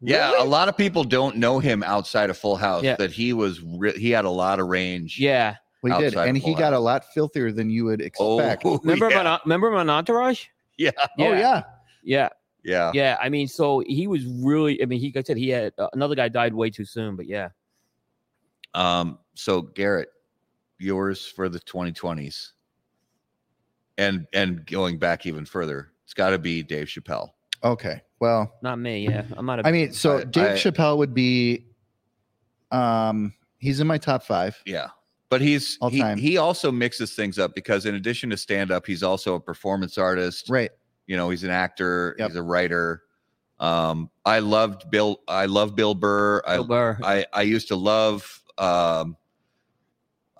A: Yeah, a lot of people don't know him outside of Full House.
C: Yeah.
A: That he was. Re- he had a lot of range.
C: Yeah.
B: We did.
A: Outside
B: And
A: of
B: he
A: Full
B: got a lot filthier than you would
A: Oh,
B: expect.
C: Remember
A: yeah.
C: him on, remember him on Entourage?
A: Yeah.
B: Oh, yeah.
C: Yeah.
A: yeah.
C: Yeah. I mean, so he was really. I mean, he like I said he had uh, another guy died way too soon, but yeah.
A: Um. So Garrett, yours for the 2020s, and and going back even further, it's got to be Dave Chappelle.
B: Okay. Well,
C: Not me. Yeah. I'm not a.
B: I mean, so
A: I-
B: Dave
A: I-
B: Chappelle would be, um, he's in my top five.
A: Yeah. But he's
B: All
A: he,
B: time.
A: he also mixes things up because in addition to stand up, he's also a performance artist.
B: Right.
A: You know, he's an actor,
B: Yep.
A: he's a writer. Um, I loved Bill I love Bill Burr. I
C: Bill Burr.
A: I, I used to love um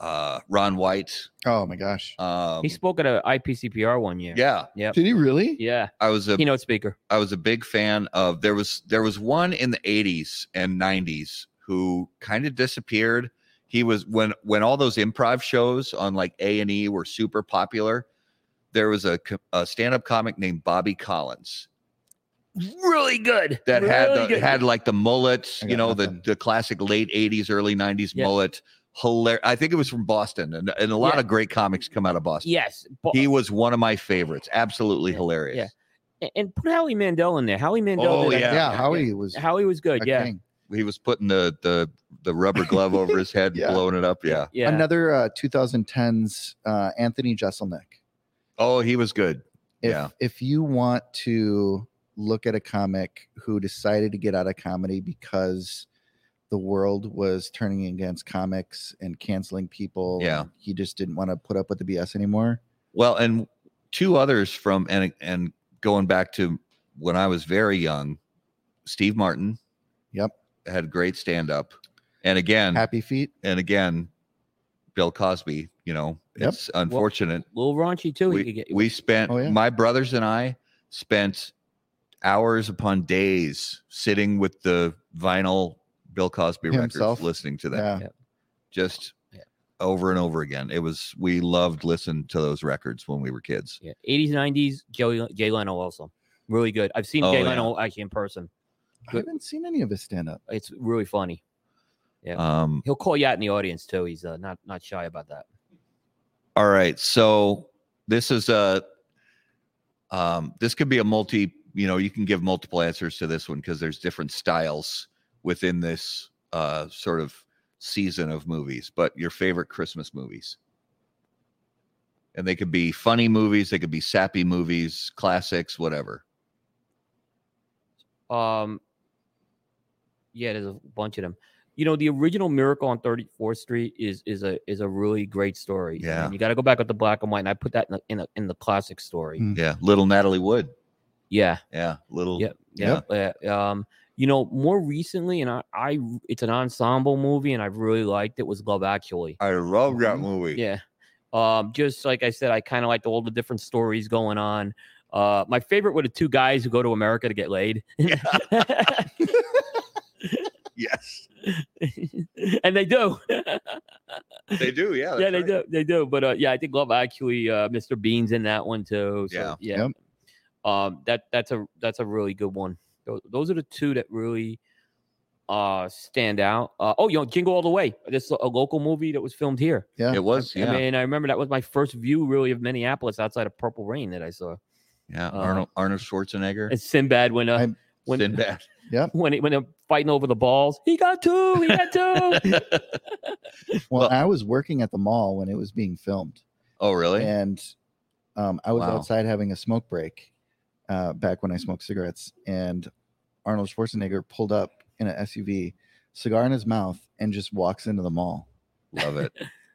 A: uh Ron White.
B: Oh my gosh.
A: Um
C: he spoke at a IPCPR one year.
A: yeah,
B: Did he really?
C: Yeah.
A: I was a
C: Keynote speaker.
A: I was a big fan of there was there was one in the 80s and 90s who kind of disappeared. He was when when all those improv shows on like A&E were super popular, there was a, co- a stand-up comic named Bobby Collins
C: Really good.
A: that
C: Really
A: had the,
C: good.
A: had like the mullet,
B: I
A: you
B: got
A: know, the
B: nothing.
A: the classic late 80s early 90s
C: Yeah.
A: mullet. Hilarious. I think it was from Boston and, and a lot
C: Yeah.
A: of great comics come out of Boston.
C: Yes. But,
A: He was one of my favorites. Absolutely
C: Yeah,
A: hilarious.
C: yeah. and put Howie Mandel in there. Howie Mandel.
A: Oh,
C: did a-
A: Yeah,
B: Yeah.
A: yeah,
B: Howie was a
C: Howie was good. Yeah.
B: king.
A: he was putting the the the rubber glove over his head and
B: Yeah.
A: blowing it up. Yeah.
C: Yeah.
B: Another uh, 2010s uh, Anthony Jeselnik.
A: Oh, he was good.
B: If,
A: Yeah.
B: if you want to look at a comic who decided to get out of comedy because the world was turning against comics and canceling people,
A: Yeah.
B: and he just didn't want to put up with the BS anymore.
A: Well, and two others from and and going back to when I was very young, Steve Martin.
B: Yep.
A: Had great stand up. And again,
B: Happy feet.
A: and again, Bill Cosby, you know,
B: Yep.
A: it's unfortunate.
C: A little raunchy too. he could
A: we,
C: get.
A: we spent
B: Oh, yeah.
A: my brothers and I spent hours upon days sitting with the vinyl Bill Cosby
B: Himself.
A: records listening to that.
B: Yeah.
A: just
C: Yeah.
A: over and over again. It was we loved listening to those records when we were kids.
C: yeah. 80s, 90s. Joey, Jay Leno also really good. I've seen
A: Oh,
C: Jay
A: yeah.
C: Leno actually in person.
B: I haven't seen any of his stand up.
C: It's really funny. Yeah.
A: Um,
C: He'll call you out in the audience too. He's uh, not not shy about that.
A: all right, so this is a um, this could be a multi. You know, you can give multiple answers to this one because there's different styles within this uh, sort of season of movies. But your favorite Christmas movies. And they could be funny movies, they could be sappy movies, classics, whatever.
C: Um, yeah, there's a bunch of them. You know, the original Miracle on 34th Street is is a is a really great story.
A: Yeah.
C: and you got to go back with the black and white, and I put that in the in, the in the classic story.
B: Mm.
A: Yeah, little Natalie Wood.
C: Yeah,
A: Yeah, little.
C: Yep. Mm-hmm. yeah, yeah. Um, you know, more recently, and I, I it's an ensemble movie, and I really liked it. Was Love Actually?
A: I love that
B: Mhm.
A: movie.
C: Mm-hmm. Yeah. Um, just like I said, I kind of liked all the different stories going on. Uh, my favorite were the two guys who go to America to get laid.
A: Yes.
C: and they do.
A: They do, yeah.
C: yeah,
A: that's
C: they
A: right.
C: do. They do. But uh, yeah, I think Love Actually, uh, Mr. Bean's in that one too. So,
A: Yeah.
C: yeah.
B: Yep.
C: Um, that that's a that's a really good one. Tho- Those are the two that really uh stand out. Uh, oh, you know, Jingle All the Way. This a local movie that was filmed here.
B: Yeah.
A: It was, yeah,
C: I mean, I remember that was my first view really of Minneapolis outside of Purple Rain that I saw.
A: yeah.
C: uh,
A: Arnold Arnold Schwarzenegger,
C: And Sinbad when uh,
B: I'm-
C: when
A: Sinbad.
C: when he, when they're fighting over the balls, he got two, he got two.
B: Well,
A: Well-
B: I was working at the mall when it was being filmed,
A: Oh, really?
B: and um, I was
A: Wow.
B: outside having a smoke break uh, back when I smoked cigarettes, and Arnold Schwarzenegger pulled up in an SUV, cigar in his mouth, and just walks into the mall.
A: Love it.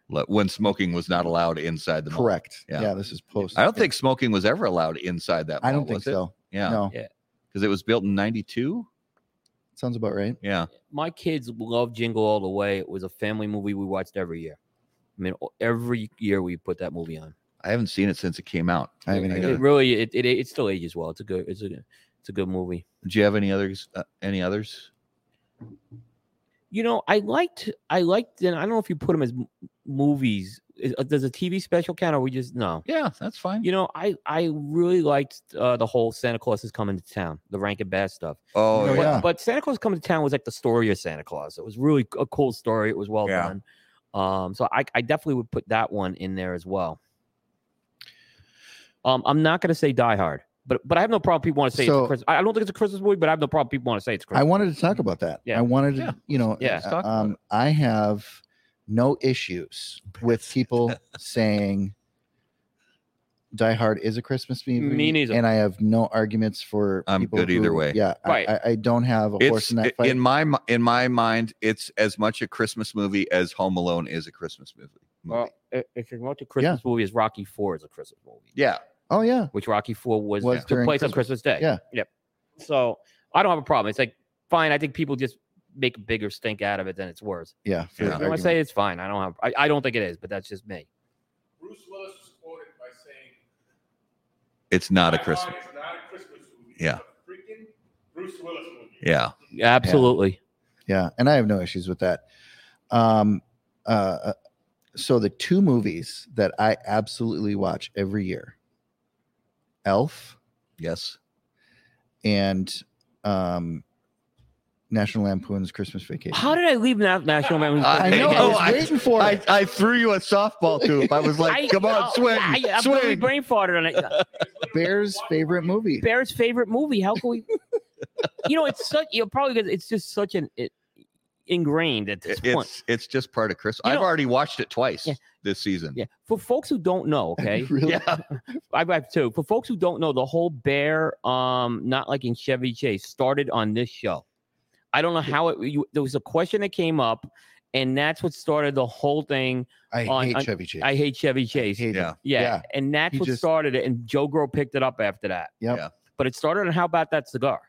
A: Lo- When smoking was not allowed inside the mall.
B: Correct.
A: Yeah.
B: Yeah. this is post.
A: I don't think smoking was ever allowed inside that. Mall,
B: I don't think
A: was it?
B: so.
A: Yeah,
B: No,
C: Yeah.
A: because it was built in '92.
B: sounds about right.
A: Yeah,
C: my kids love Jingle All the Way. It was a family movie we watched every year. I mean, o- every year we put that movie on.
A: I haven't seen it since it came out.
B: I haven't
A: I
B: either.
A: gotta-
C: It really, it, it it still ages well. It's a good, it's a good, it's a good movie.
A: Do you have any others? Uh, any others?
C: you know, I liked, I liked, and I don't know if you put them as m- movies. Is- uh, does a TV special count, or we just no?
A: Yeah, that's fine.
C: You know, I I really liked uh, the whole Santa Claus is coming to town, the Rankin Bass stuff.
A: Oh,
B: No,
A: yeah.
C: but,
B: yeah.
C: but Santa Claus coming to town was like the story of Santa Claus. It was really a cool story. It was well
A: Yeah.
C: done. Um, so I, I definitely would put that one in there as well. Um, I'm not gonna say Die Hard, but but I have no problem. People want to say it's
B: So-
C: a Christmas. I I don't think it's a Christmas movie, but I have no problem. People want to say it's Christmas.
B: I wanted to talk about that.
C: Yeah.
B: I wanted to,
A: Yeah.
B: you know,
C: Yeah, let's talk about
B: um, I have no issues with people saying Die Hard is a Christmas movie.
C: Me neither.
B: And I have no arguments for
A: I'm
B: people
A: good either
B: who-
A: way.
B: Yeah. I-
C: Right.
B: I, I don't have a horse
A: It's
B: in that
A: i-
B: fight.
A: in my mi- in my mind, it's as much a Christmas movie as Home Alone is a Christmas movie. movie.
C: Well, i- if you're going to Christmas movie, is Rocky Four is a Christmas movie,
A: yeah,
B: oh yeah.
C: which Rocky Four was,
B: Was
C: took
B: during
C: place on Christmas Day.
B: Yeah.
C: Yep. So I don't have a problem. It's like fine. I think people just make a bigger stink out of it than it's worth.
B: Yeah.
A: Yeah.
B: for the
C: You know, I
B: argument.
C: say it's fine. I don't have. I, I don't think it is, but that's just me.
D: Bruce Willis was quoted by saying,
A: it's not a
D: "Die Hard
A: Christmas.
D: is not a Christmas movie.
A: Yeah.
D: It's a freaking Bruce Willis movie.
A: Yeah,
C: Absolutely.
B: Yeah, and I have no issues with that. Um, uh, so the two movies that I absolutely watch every year, Elf
A: yes,
B: and um, National Lampoon's Christmas Vacation.
C: How did I leave Na- National Lampoon's
A: I
B: I
C: Christmas
A: Oh,
B: know I
C: Vacation?
B: was
A: I-
B: waiting for
A: I,
B: it.
A: I threw you a softball too. I was like,
C: I-
A: come on,
C: oh,
A: swing,
C: I, I really
A: swing.
C: brain farted on it.
B: Bear's favorite movie.
C: Barrett's favorite movie. How can we? you know, it's such. You know, probably because it's just such an it, ingrained at this
A: It-
C: point.
A: It's it's just part of Christmas.
C: You
A: I've
C: know-
A: already watched it twice
C: Yeah.
A: this season.
C: Yeah. For folks who don't know, okay,
B: Really?
A: Yeah.
C: I have two. For folks who don't know, the whole bear, um, not like in Chevy Chase, started on this show. I don't know how it. You, there was a question that came up, and that's what started the whole thing.
B: I
C: On-
B: hate
C: on-
B: Chevy Chase.
C: I hate Chevy Chase.
B: hate
A: Yeah.
B: him.
C: Yeah.
B: Yeah.
C: And that's
B: He
C: what
B: just-
C: started it. And Joe Grow picked it up after that.
B: Yep.
A: Yeah.
C: But it started on how about that cigar?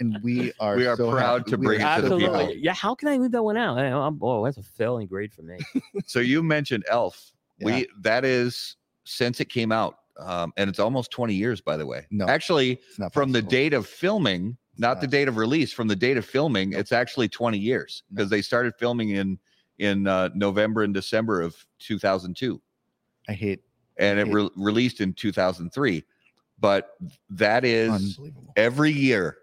B: and we are
A: We are
B: so
A: proud
B: happy.
A: to
B: We
A: bring
B: are
A: it to the
B: so
A: people.
B: proud.
C: Absolutely. Yeah. How can I leave that one out? I, I'm, oh, that's a failing grade for me.
A: So you mentioned Elf.
B: Yeah.
A: We that is since it came out, um, and it's almost 20 years, by the way.
B: No.
A: actually,
B: It's not
A: from the
B: possible.
A: date of filming, not the
B: not.
A: date of release, from the date of filming, it's actually 20 years because they started filming in in uh, November and December of 2002,
B: I hate.
A: and it
B: Right.
A: re- released in 2003. But that is
B: Unbelievable.
A: every year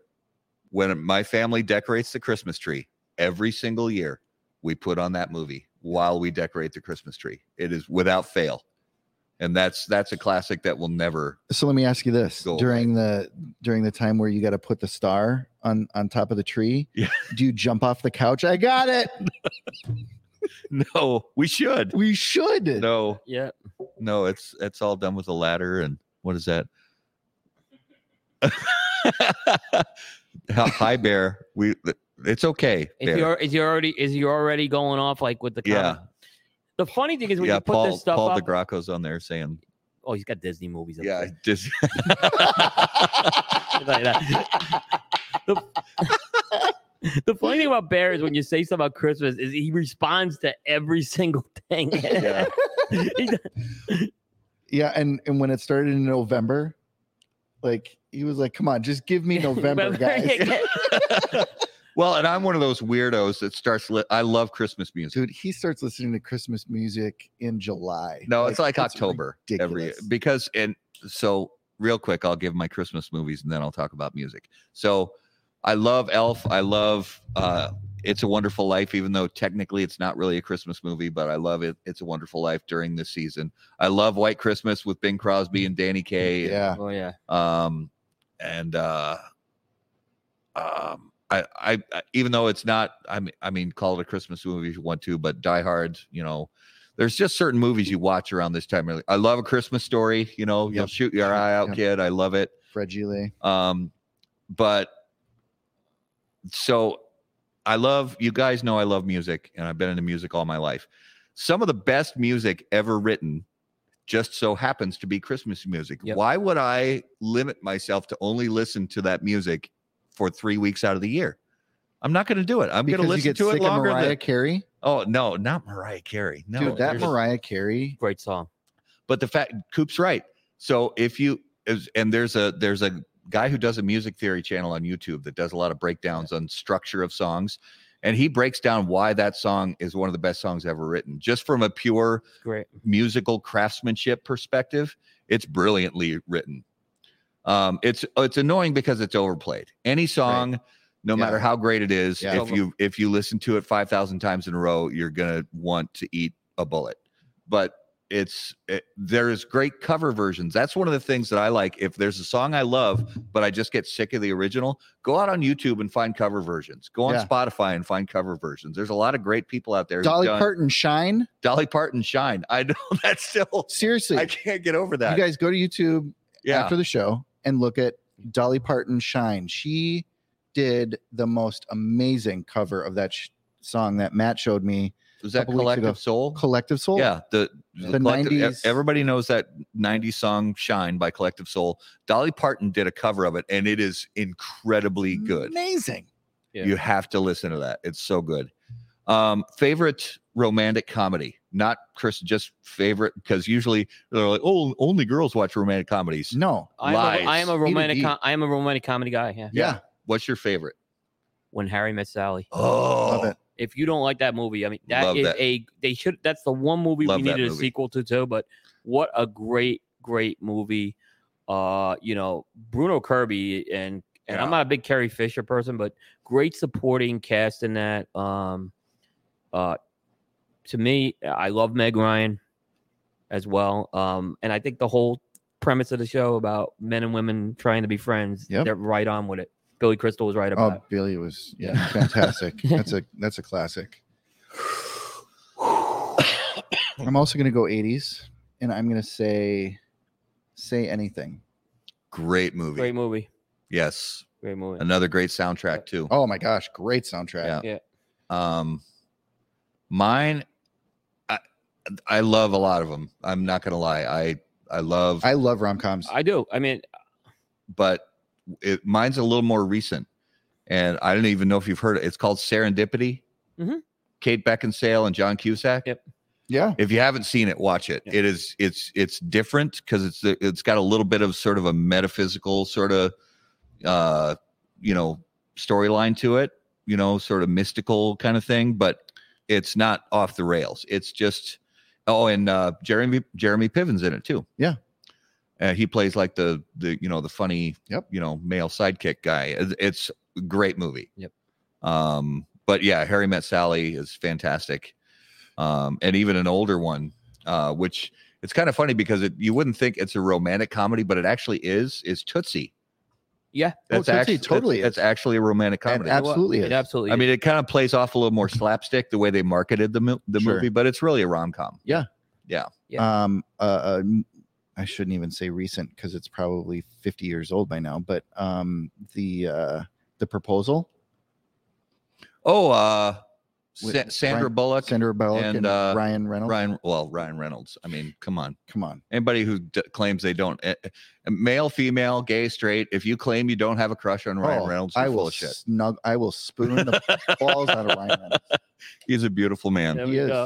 A: when my family decorates the Christmas tree. Every single year, we put on that movie while we decorate the Christmas tree. It is without fail, and that's that's a classic that will never.
B: So let me ask you this:
A: Go away.
B: during the during the time where you got to put the star on on top of the tree,
A: Yeah.
B: do you jump off the couch? I got it.
A: No, we should.
B: We should.
A: No,
C: yeah.
A: No, it's it's all done with a ladder and what is that? Hi, bear. We it's okay.
C: Is he,
A: Bear.
C: al- is he already is he already going off like with the
A: Yeah.
C: comic? The funny thing is when
A: Yeah,
C: you put
A: Paul
C: this stuff
A: Paul
C: up.
A: DeGracco's on there saying,
C: oh, he's got Disney movies. Up
A: "Yeah,
C: there.
A: just
C: Like that. the, the funny thing about Bear is when you say something about Christmas is he responds to every single thing.
A: Yeah.
C: He does-
B: Yeah, and and when it started in November, like he was like, "Come on, just give me November, guys."
A: well." And I'm one of those weirdos that starts. Li- I love Christmas music.
B: Dude, he starts listening to Christmas music in July.
A: No, it's like October every year
B: ridiculous.
A: because and so real quick, I'll give my Christmas movies and then I'll talk about music. So I love Elf. I love uh It's a Wonderful Life, even though technically it's not really a Christmas movie, but I love it. It's a Wonderful Life during this season. I love White Christmas with Bing Crosby and Danny Kaye.
B: Yeah,
C: oh yeah.
A: Um, and uh, um, I, I, I, even though it's not, I mean, I mean, call it a Christmas movie if you want to, but Die Hard, you know, there's just certain movies you watch around this time. Really, I love a Christmas story. You know, you'll
B: Yep.
A: shoot your eye out,
B: Yep.
A: kid. I love it.
B: Fred Gile.
A: Um, but so I love you guys know I love music and I've been into music all my life. Some of the best music ever written just so happens to be Christmas music.
C: Yep.
A: Why would I limit myself to only listen to that music for three weeks out of the year? I'm not going to do it. I'm going to
B: Because you
A: listen
B: get
A: to it
B: sick of
A: longer.
B: Mariah
A: Than,
B: Carey.
A: oh no, not Mariah Carey. No,
B: Dude, that
A: there's-
B: Mariah Carey.
C: Great song.
A: but the fact coop's right so if you is- and there's a there's a guy who does a music theory channel on youtube that does a lot of breakdowns on structure of songs and he breaks down why that song is one of the best songs ever written, just from a pure
C: Great.
A: musical craftsmanship perspective, it's brilliantly written. Um, it's it's annoying because it's overplayed. Any song, no
B: Yeah.
A: matter how great it is,
B: Yeah.
A: if you if you listen to it five thousand times in a row, you're gonna want to eat a bullet. But it's it, there is great cover versions. That's one of the things that I like. If there's a song I love, but I just get sick of the original, go out on YouTube and find cover versions. Go on
B: Yeah.
A: Spotify and find cover versions. There's a lot of great people out there. who've
B: Dolly
A: done-
B: Parton shine.
A: Dolly Parton shine. I know that's still
B: Seriously,
A: I can't get over
B: you
A: that.
B: guys go to YouTube
A: yeah.
B: after the show and look at Dolly Parton shine. She did the most amazing cover of that sh- song that Matt showed me,
A: Was that
B: couple weeks ago.
A: Collective Soul?
B: Collective Soul.
A: yeah, the, the
B: The
A: collective, e-
B: 90s.
A: Everybody knows that '90s song "Shine" by Collective Soul. Dolly Parton did a cover of it, and it is incredibly good.
B: Amazing.
C: Yeah.
A: You have to listen to that; it's so good. Um, favorite romantic comedy? Not Chris, just favorite because usually they're like, "Oh, only girls watch romantic comedies."
B: No.
C: I am, a, I am a
A: Lies.
C: romantic.
B: D.
C: Com- I am a romantic comedy guy. Yeah.
A: Yeah.
B: Yeah.
A: What's your favorite?
C: When Harry Met Sally.
A: Oh,
B: Love it.
C: If you don't like that movie, I mean, that
A: Love
C: is
A: that.
C: a. They should. That's the one movie
A: Love
C: we
A: that
C: needed a
A: movie.
C: sequel to too. But what a great, great movie. Uh, you know, Bruno Kirby and and I'm
A: Yeah.
C: not a big Carrie Fisher person, but great supporting cast in that. Um, uh, to me, I love Meg Ryan as well. Um, and I think the whole premise of the show about men and women trying to be friends,
B: Yep.
C: they're right on with it. Billy Crystal was right about
B: Oh, Billy was yeah, fantastic. that's a that's a classic. I'm also gonna go 80s, and I'm gonna say, say anything.
A: great
C: it.
A: movie.
C: Great movie.
A: Yes,
C: Great movie.
A: another great soundtrack too.
B: Oh my gosh, great soundtrack.
A: Yeah.
C: Yeah.
A: Um, mine, I, I love a lot of them. I'm not gonna lie. I I love,
B: I love rom coms.
C: I do. I mean,
A: but it, mine's a little more recent, and I don't even know if you've heard it. It's called Serendipity.
C: Mhm.
A: Kate Beckinsale and John Cusack.
C: Yep.
B: Yeah,
A: If you haven't seen it, watch it.
C: Yeah.
A: It is it's it's different because it's it's got a little bit of sort of a metaphysical sort of uh you know storyline to it, you know, sort of mystical kind of thing, but it's not off the rails. It's just oh, and uh Jeremy Jeremy Piven's in it too.
B: Yeah.
A: Uh, he plays like the the you know the funny
B: Yep.
A: you know male sidekick guy. It's- It's a great movie.
C: Yep.
A: Um, but yeah, Harry Met Sally is fantastic um, and even an older one, uh, which it's kind of funny because it, you wouldn't think it's a romantic comedy, but it actually is. Is Tootsie?
C: yeah.
A: That's
B: Oh, Tootsie
A: actually
B: totally
A: That's,
B: is.
A: actually a romantic
B: And
A: comedy.
B: ab- Absolutely
C: It
B: is.
C: absolutely.
A: I mean, it kind of plays off a little more slapstick the way they marketed the mo- the
B: Sure.
A: movie, but it's really a rom com.
C: Yeah.
B: um uh, uh n- i shouldn't even say recent because it's probably 50 years old by now but um the uh the proposal
A: Oh, uh,
B: With
A: Sa- Sandra
B: Ryan-
A: Bullock,
B: Sandra Bullock
A: and,
B: and,
A: uh,
B: Ryan Reynolds
A: Ryan. Well, Ryan Reynolds. I mean, come on.
B: come on
A: Anybody who d- claims they don't, eh, eh, male, female, gay, straight, if you claim you don't have a crush on Ryan
B: Oh,
A: Reynolds, you're
B: I
A: full
B: will
A: of shit.
B: snug I will spoon the balls out of Ryan Reynolds.
A: He's a beautiful man.
C: There
B: he
C: we
B: is.
C: go.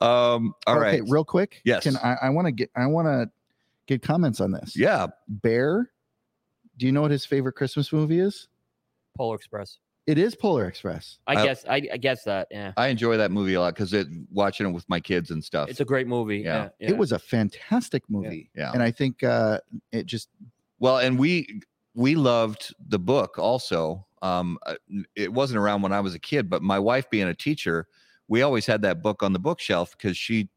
A: um, all right.
B: Okay, real quick.
A: Yes.
B: Can I I want to get I want to get comments on this.
A: Yeah,
B: Bear, do you know what his favorite Christmas movie is?
C: Polar Express.
B: It is Polar Express.
C: I
A: I-
C: guess. I, I guess that. Yeah.
A: I enjoy that movie a lot because it watching it with my kids and stuff.
C: It's a great movie.
A: Yeah.
C: Yeah.
B: It was a fantastic movie.
A: Yeah.
B: And I think uh it just
A: well, and we we loved the book also. Um, uh, it wasn't around when I was a kid, but my wife being a teacher, we always had that book on the bookshelf because she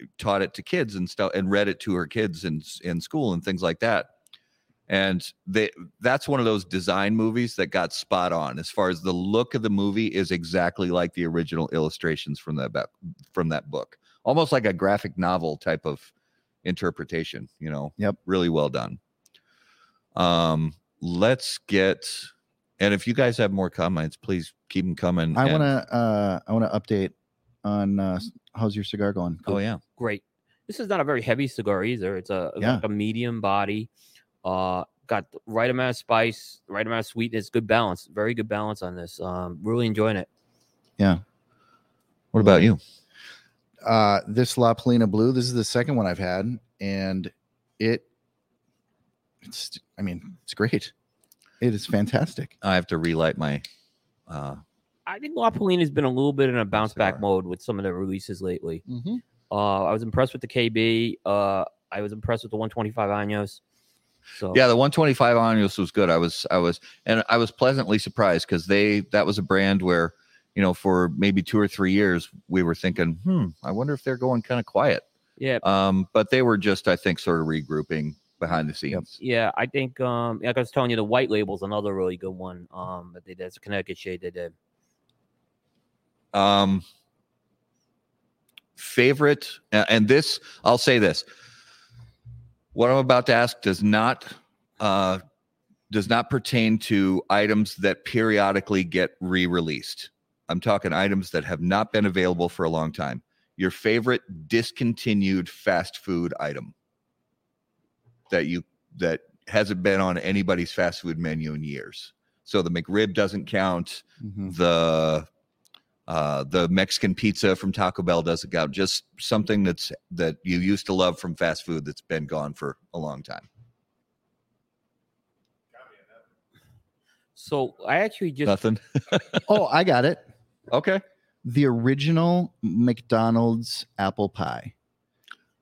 A: eh, taught it to kids and stuff and read it to her kids in s- in school and things like that. And they that's one of those design movies that got spot on as far as the look of the movie is exactly like the original illustrations from that ba- from that book. Almost like a graphic novel type of interpretation, you know.
B: Yep.
A: Really well done. Um let's get and if you guys have more comments, please keep them coming.
B: I
A: and-
B: want to uh, I want to update on uh, s- how's your cigar going?
A: Oh yeah.
C: great. This is not a very heavy cigar either. It's a, it's
B: Yeah.
C: like a medium body. Uh, got the right amount of spice, right amount of sweetness, good balance, very good balance on this. Um, really enjoying it.
A: What about you?
B: Uh, this La Polina Blue. This is the second one I've had, and it it's I mean it's great. It is fantastic.
A: I have to relight my Uh,
C: I think Lapalina's been a little bit in a bounce
A: they
C: back
A: are.
C: mode with some of their releases lately.
A: mhm.
C: Uh, I was impressed with the KB. Uh, I was impressed with the 125 Años. So
A: Yeah, the 125 Onios was good. I was I was and I was pleasantly surprised because they that was a brand where you know for maybe two or three years we were thinking, hmm, I wonder if they're going kind of quiet.
C: yeah,
A: Um, but they were just I think sort of regrouping behind the scenes.
C: yeah. I think um, like I was telling you, the white label's another really good one. Um, that they that's a Connecticut shade they did.
A: Um, favorite, a- and this, I'll say this. What I'm about to ask does not uh, does not pertain to items that periodically get re-released. I'm talking items that have not been available for a long time. Your favorite discontinued fast food item that you that hasn't been on anybody's fast food menu in years. So the McRib doesn't count
B: Mhm.
A: the uh, the Mexican pizza from Taco Bell doesn't count. Just something that's that you used to love from fast food that's been gone for a long time.
C: So I actually just
A: Nothing.
B: Oh, I got it.
A: Okay.
B: The original McDonald's apple pie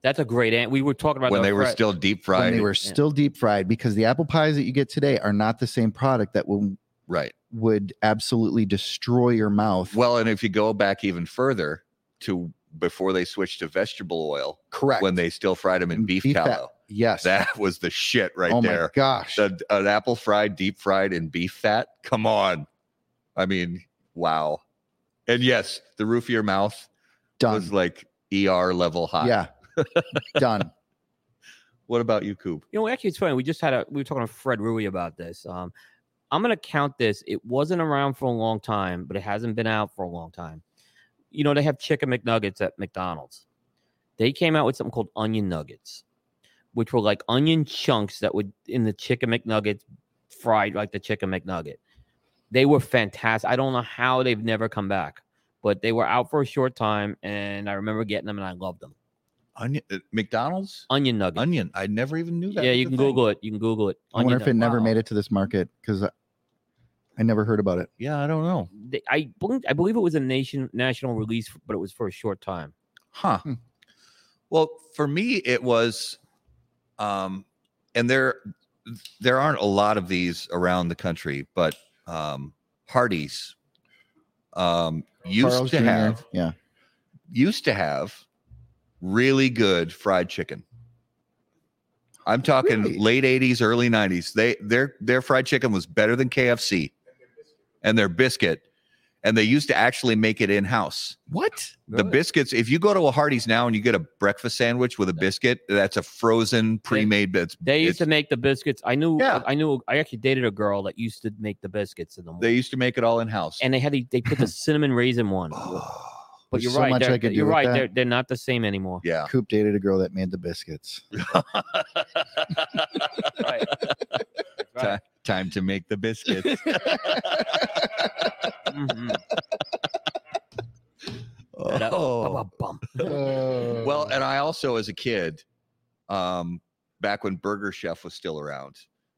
C: that's a great answer. We were talking about
A: When
C: the
A: they were
C: fri-
A: still deep
B: when
A: fried.
B: they were still deep fried because the apple pies that you get today are not the same product that will,
A: right.
B: would absolutely destroy your mouth.
A: Well, and if you go back even further to before they switched to vegetable oil,
B: correct.
A: when they still fried them in
B: And
A: beef,
B: beef fat
A: tallow,
B: yes.
A: that was the shit right
B: oh my
A: there.
B: gosh.
A: The, an apple fried, deep fried, and beef fat. Come on. I mean, wow. And yes, the roof of your mouth
B: Done.
A: was like ER level high.
B: Yeah. Done.
A: What about you, Coop?
C: You know, actually, it's funny. We just had a we were talking to Fred Rui about this. Um, I'm gonna count this. It wasn't around for a long time, but it hasn't been out for a long time. You know, they have chicken McNuggets at McDonald's. They came out with something called onion nuggets, which were like onion chunks that would in the chicken McNuggets fried like the chicken McNugget. They were fantastic. I don't know how they've never come back, but they were out for a short time, and I remember getting them and I loved them.
A: Onion, uh, McDonald's
C: Onion nuggets.
A: onion. I never even knew that.
C: yeah,
A: was
C: you
A: a
C: can
A: thing.
C: Google it. You can Google it.
B: I wonder
C: Onion
B: if it
C: nug-
B: never
C: Wow.
B: made it to this market because I, I never heard about it.
A: Yeah, I don't know.
C: they, I believe I believe it was a nation national release, but it was for a short time.
A: Huh.
B: Hmm.
A: Well, for me, it was, um, and there there aren't a lot of these around the country, but um, Hardee's um, used
B: Carl's
A: to
B: Jr.,
A: have
B: Yeah.
A: used to have really good fried chicken. I'm talking
B: Really?
A: late 80s, early 90s. They their their fried chicken was better than KFC and their biscuit. And they used to actually make it in house.
B: What?
A: The biscuits, if you go to a Hardee's now and you get a breakfast sandwich with a biscuit, that's a frozen pre-made that's
C: They used to
A: it's-
C: make the biscuits. I knew.
A: Yeah.
C: I knew. I actually dated a girl that used to make the biscuits in the morning,
A: they used to make it all in house.
C: and they had the, they put the cinnamon raisin one.
A: Oh,
C: But
B: There's
C: you're
B: so
C: right.
B: much
C: they're-
B: I could do
C: you're
B: with
C: right.
B: that.
C: They're they're not the same anymore.
A: yeah.
B: Coop dated a girl that made the biscuits.
C: right. Right.
A: Time to make the biscuits.
C: Mhm. That-
A: Oh.
C: ba-ba-bum.
B: Oh.
A: Well,
B: Mm.
C: Oh.
A: and I also, as a kid, um, back when Burger Chef was still around,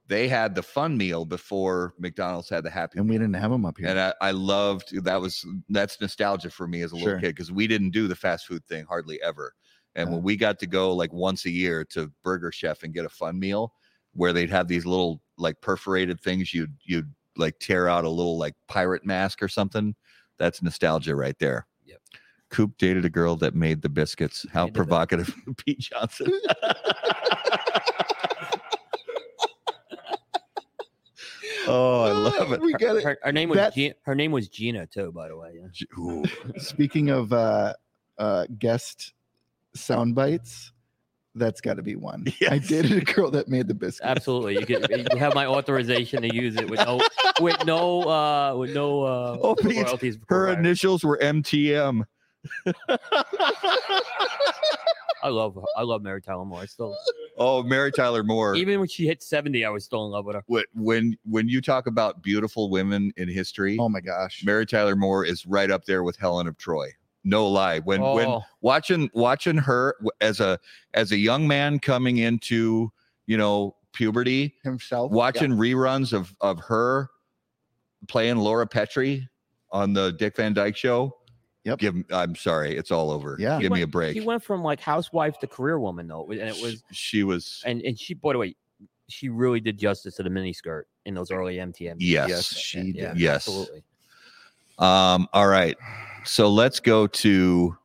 A: they had the fun meal before McDonald's had the happy.
B: and we
A: Meal.
B: didn't have them up here.
A: And I, I loved that was that's nostalgia for me as a
B: Sure.
A: little kid because we didn't do the fast food thing hardly ever. And when we got to go like once a year to Burger Chef and get a fun meal, where they'd have these little like perforated things you'd you'd like tear out a little like pirate mask or something. That's nostalgia right there.
C: Yep.
A: Coop dated a girl that made the biscuits. How
C: Made the bi-
A: provocative, Pete Johnson. oh, I love it.
B: We got it.
C: Her, her name was
B: That-
C: Gina, her name was Gina too, by the way. Yeah.
A: J- ooh.
B: Speaking of uh, uh, guest sound bites, that's got to be one. I
A: Yes.
B: dated a girl that made the biscuits.
C: Absolutely, you, get, you have my authorization to use it with no with no uh with no uh
A: Oh, Pete,
C: royalties.
A: Her
C: provided.
A: initials were MTM.
C: I love I love Mary Tyler Moore. I still
A: Oh, Mary Tyler Moore.
C: even when she hit 70, I was still in love with her.
A: Wh- When when you talk about beautiful women in history,
B: Oh my gosh.
A: Mary Tyler Moore is right up there with Helen of Troy. No lie. When when
C: Oh,
A: watching watching her w- as a as a young man coming into you know puberty
B: Oh, Himself.
A: watching reruns of of her playing laura petrie on the Dick Van Dyke show.
B: Yep.
A: Give. I'm sorry. It's all over.
B: Yeah.
A: Give me a
C: went-
A: break.
C: She went from like housewife to career woman though, and it was
A: She was.
C: and and she by the way, she really did justice to the miniskirt in those early MTM.
A: Yes.
B: she
C: Yeah,
A: did. Yes.
C: absolutely.
A: Um. All right. So let's go to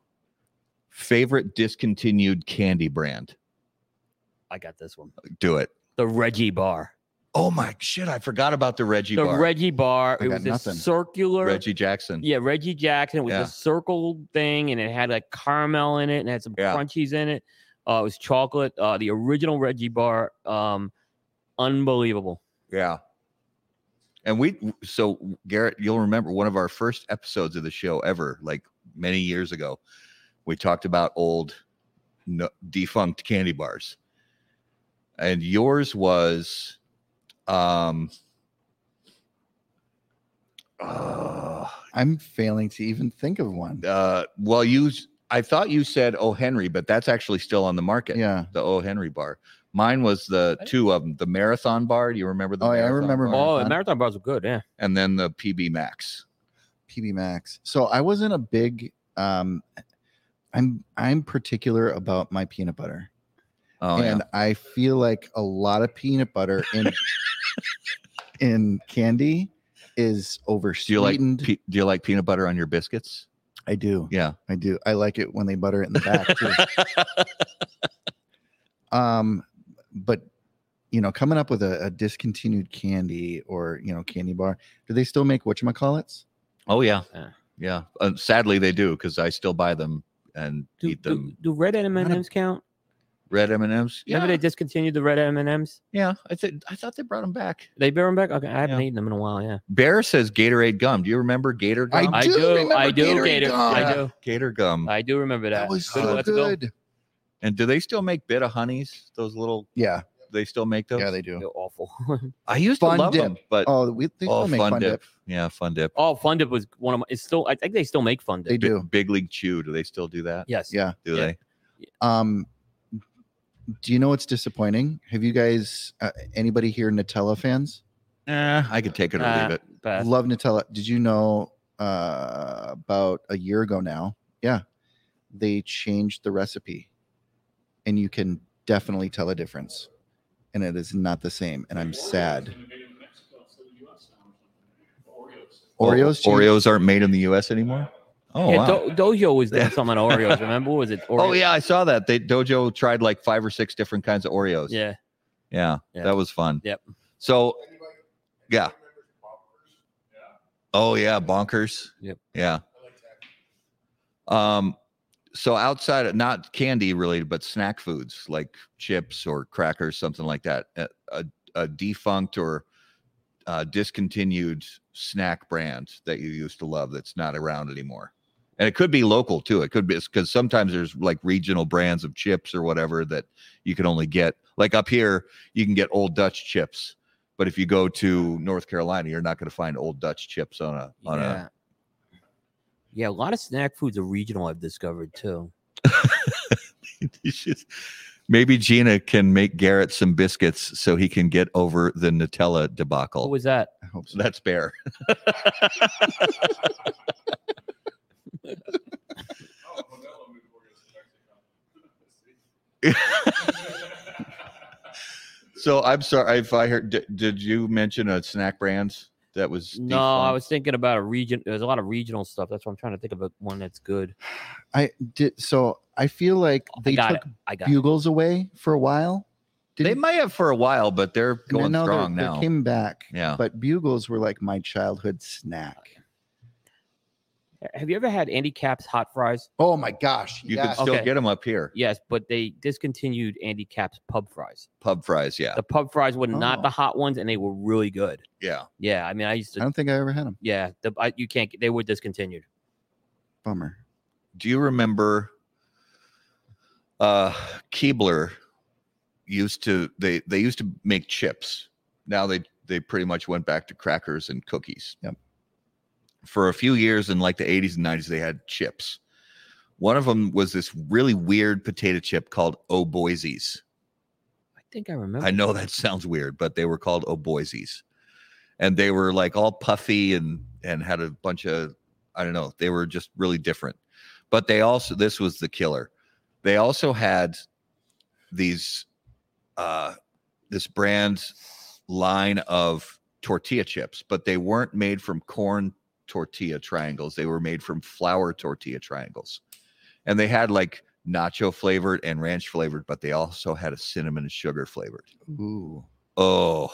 A: favorite discontinued candy brand.
C: I got this one.
A: Do it.
C: The Reggie bar.
A: Oh my shit! I forgot about the Reggie
C: the
A: bar.
C: Reggie bar.
B: I
C: it
B: got
C: was this
B: nothing.
C: circular.
A: Reggie Jackson.
C: Yeah, Reggie Jackson. It was
A: Yeah.
C: a circle thing, and it had like caramel in it, and it had some
A: Yeah.
C: crunchies in it. Uh, it was chocolate. Uh, the original Reggie bar. Um, unbelievable.
A: Yeah. And we, so Garrett, you'll remember one of our first episodes of the show ever, like many years ago, we talked about old no, defunct candy bars. And yours was, um, uh,
B: I'm failing to even think of one.
A: uh, well, you, s- I thought you said O. Henry, but that's actually still on the market.
B: Yeah.
A: The O. Henry bar. Mine was the
C: I-
A: two of them, the Marathon bar. Do you remember the
B: Oh, yeah, I
A: Marathon
B: remember
A: bar?
C: Oh, the
B: Marathon.
C: marathon bars were good. Yeah.
A: and then the PB Max.
B: PB Max. So I wasn't a big um I'm I'm particular about my peanut butter.
A: Oh, yeah.
B: and I feel like a lot of peanut butter in in candy is
A: do you like
B: oversweetened.
A: pe- do you like peanut butter on your biscuits?
B: I do.
A: Yeah.
B: I do. I like it when they butter it in the back too. um, but you know, coming up with a, a discontinued candy or you know candy bar, do they still make whatchamacallits?
A: Oh yeah.
C: Yeah.
A: Yeah. Uh, sadly, they do because I still buy them and
C: Do,
A: eat them.
C: do, do red M and M's count?
A: Red M and M's.
C: Remember they
A: Yeah.
C: discontinued the red M and M's?
A: Yeah. I think I thought they brought them back.
C: They bear them back. Okay, I haven't
A: Yeah.
C: eaten them in a while. Yeah.
A: Bear says Gatorade gum. Do you remember Gator
B: I
A: gum?
C: I
B: do
C: do.
B: remember
C: I do.
B: Gatorade
C: Gator,
B: gum.
C: I
A: Yeah.
C: do.
A: Gator gum.
C: I do remember that.
B: That was
A: Good
B: so
A: one.
C: Let's go.
B: good.
A: and do they still make bit of honeys? Those little.
B: Yeah,
A: They still make those.
B: yeah, they do.
C: They're awful.
A: I used
B: Fun
A: to love
B: dip.
A: them, but oh,
B: Oh, we, they still make
A: fun,
B: fun
A: dip.
B: dip.
A: Yeah, fun dip.
C: oh, Fun Dip was one of my. It's still. I think they still make Fun Dip.
B: They
A: Bi-
B: do.
A: Big League Chew. Do they still do that?
C: Yes.
B: Yeah.
A: Do
C: Yeah.
A: they?
B: Um, do you know what's disappointing? Have you guys uh, anybody here Nutella fans?
A: Eh, I could take it or
C: Uh,
A: leave it.
C: Pass.
B: Love Nutella. Did you know uh, about a year ago now? Yeah, they changed the recipe, and you can definitely tell a difference. And it is not the same, and I'm sad.
C: Oh,
B: Oreos, changed-
A: Oh, Oreos aren't made in the U.S. anymore. Oh,
C: yeah,
A: wow.
C: Do- Dojo was doing something on Oreos. Remember, was it? Oreo?
A: oh yeah, I saw that. They Dojo tried like five or six different kinds of Oreos.
C: yeah.
A: yeah,
C: Yeah.
A: that was fun.
C: Yep.
A: So,
D: Anybody-
A: Yeah.
D: anybody remembers Boppers? Yeah,
A: oh yeah, bonkers.
C: Yep.
A: Yeah.
D: I like that.
A: Um, so outside of not candy related, but snack foods like chips or crackers, something like that. A, a, a defunct or uh, discontinued snack brand that you used to love that's not around anymore. And it could be local too. It could be because sometimes there's like regional brands of chips or whatever that you can only get. Like up here, you can get Old Dutch chips, but if you go to North Carolina, you're not going to find Old Dutch chips on a on
C: Yeah. Yeah, a lot of snack foods are regional. I've discovered too.
A: It's just- Maybe Gina can make Garrett some biscuits so he can get over the Nutella
C: What
A: debacle.
C: was that?
B: I hope so.
A: That's bear.
D: Oh, vanilla with Oreos is actually not- See?
A: So I'm sorry if I heard. Did, did you mention a snack brand that was?
C: No, I
A: defunct?
C: was thinking about a region. There's a lot of regional stuff. That's what I'm trying to think of. a- One that's good.
B: I did. So I feel like they
C: got
B: took
C: it. I got. it.
B: bugles away for a while.
A: They
B: Didn't-
A: might have for a while, but they're
B: No,
A: going
B: no, they're-
A: strong
B: they
A: now.
B: came back.
A: yeah.
B: but bugles were like my childhood snack.
C: Have you ever had Andy Cap's hot fries?
B: Oh my gosh!
A: You can
B: yes.
A: still
C: Okay.
A: get them up here.
C: Yes, but they discontinued Andy Cap's pub fries.
A: Pub fries. Yeah.
C: The pub fries were not
B: Oh.
C: the hot ones, and they were really good.
A: Yeah.
C: Yeah, I mean, I used
B: I
C: to.
B: don't think I ever had them.
C: Yeah, the, I, you can't. They were discontinued.
B: Bummer.
A: Do you remember uh Keebler used to they they used to make chips. Now they they pretty much went back to crackers and cookies.
B: Yep.
A: For a few years in like the 80s and 90s they had chips. One of them was this really weird potato chip called Oh Boise's.
C: I think I remember.
A: I know that sounds weird, but they were called Oboises. And they were like all puffy and and had a bunch of I don't know. They were just really different. But they also this was the killer. They also had these uh this brand line of tortilla chips, but they weren't made from corn tortilla triangles. They were made from flour tortilla triangles. And they had like nacho flavored and ranch flavored, but they also had a cinnamon and sugar flavored.
B: Ooh.
A: Oh,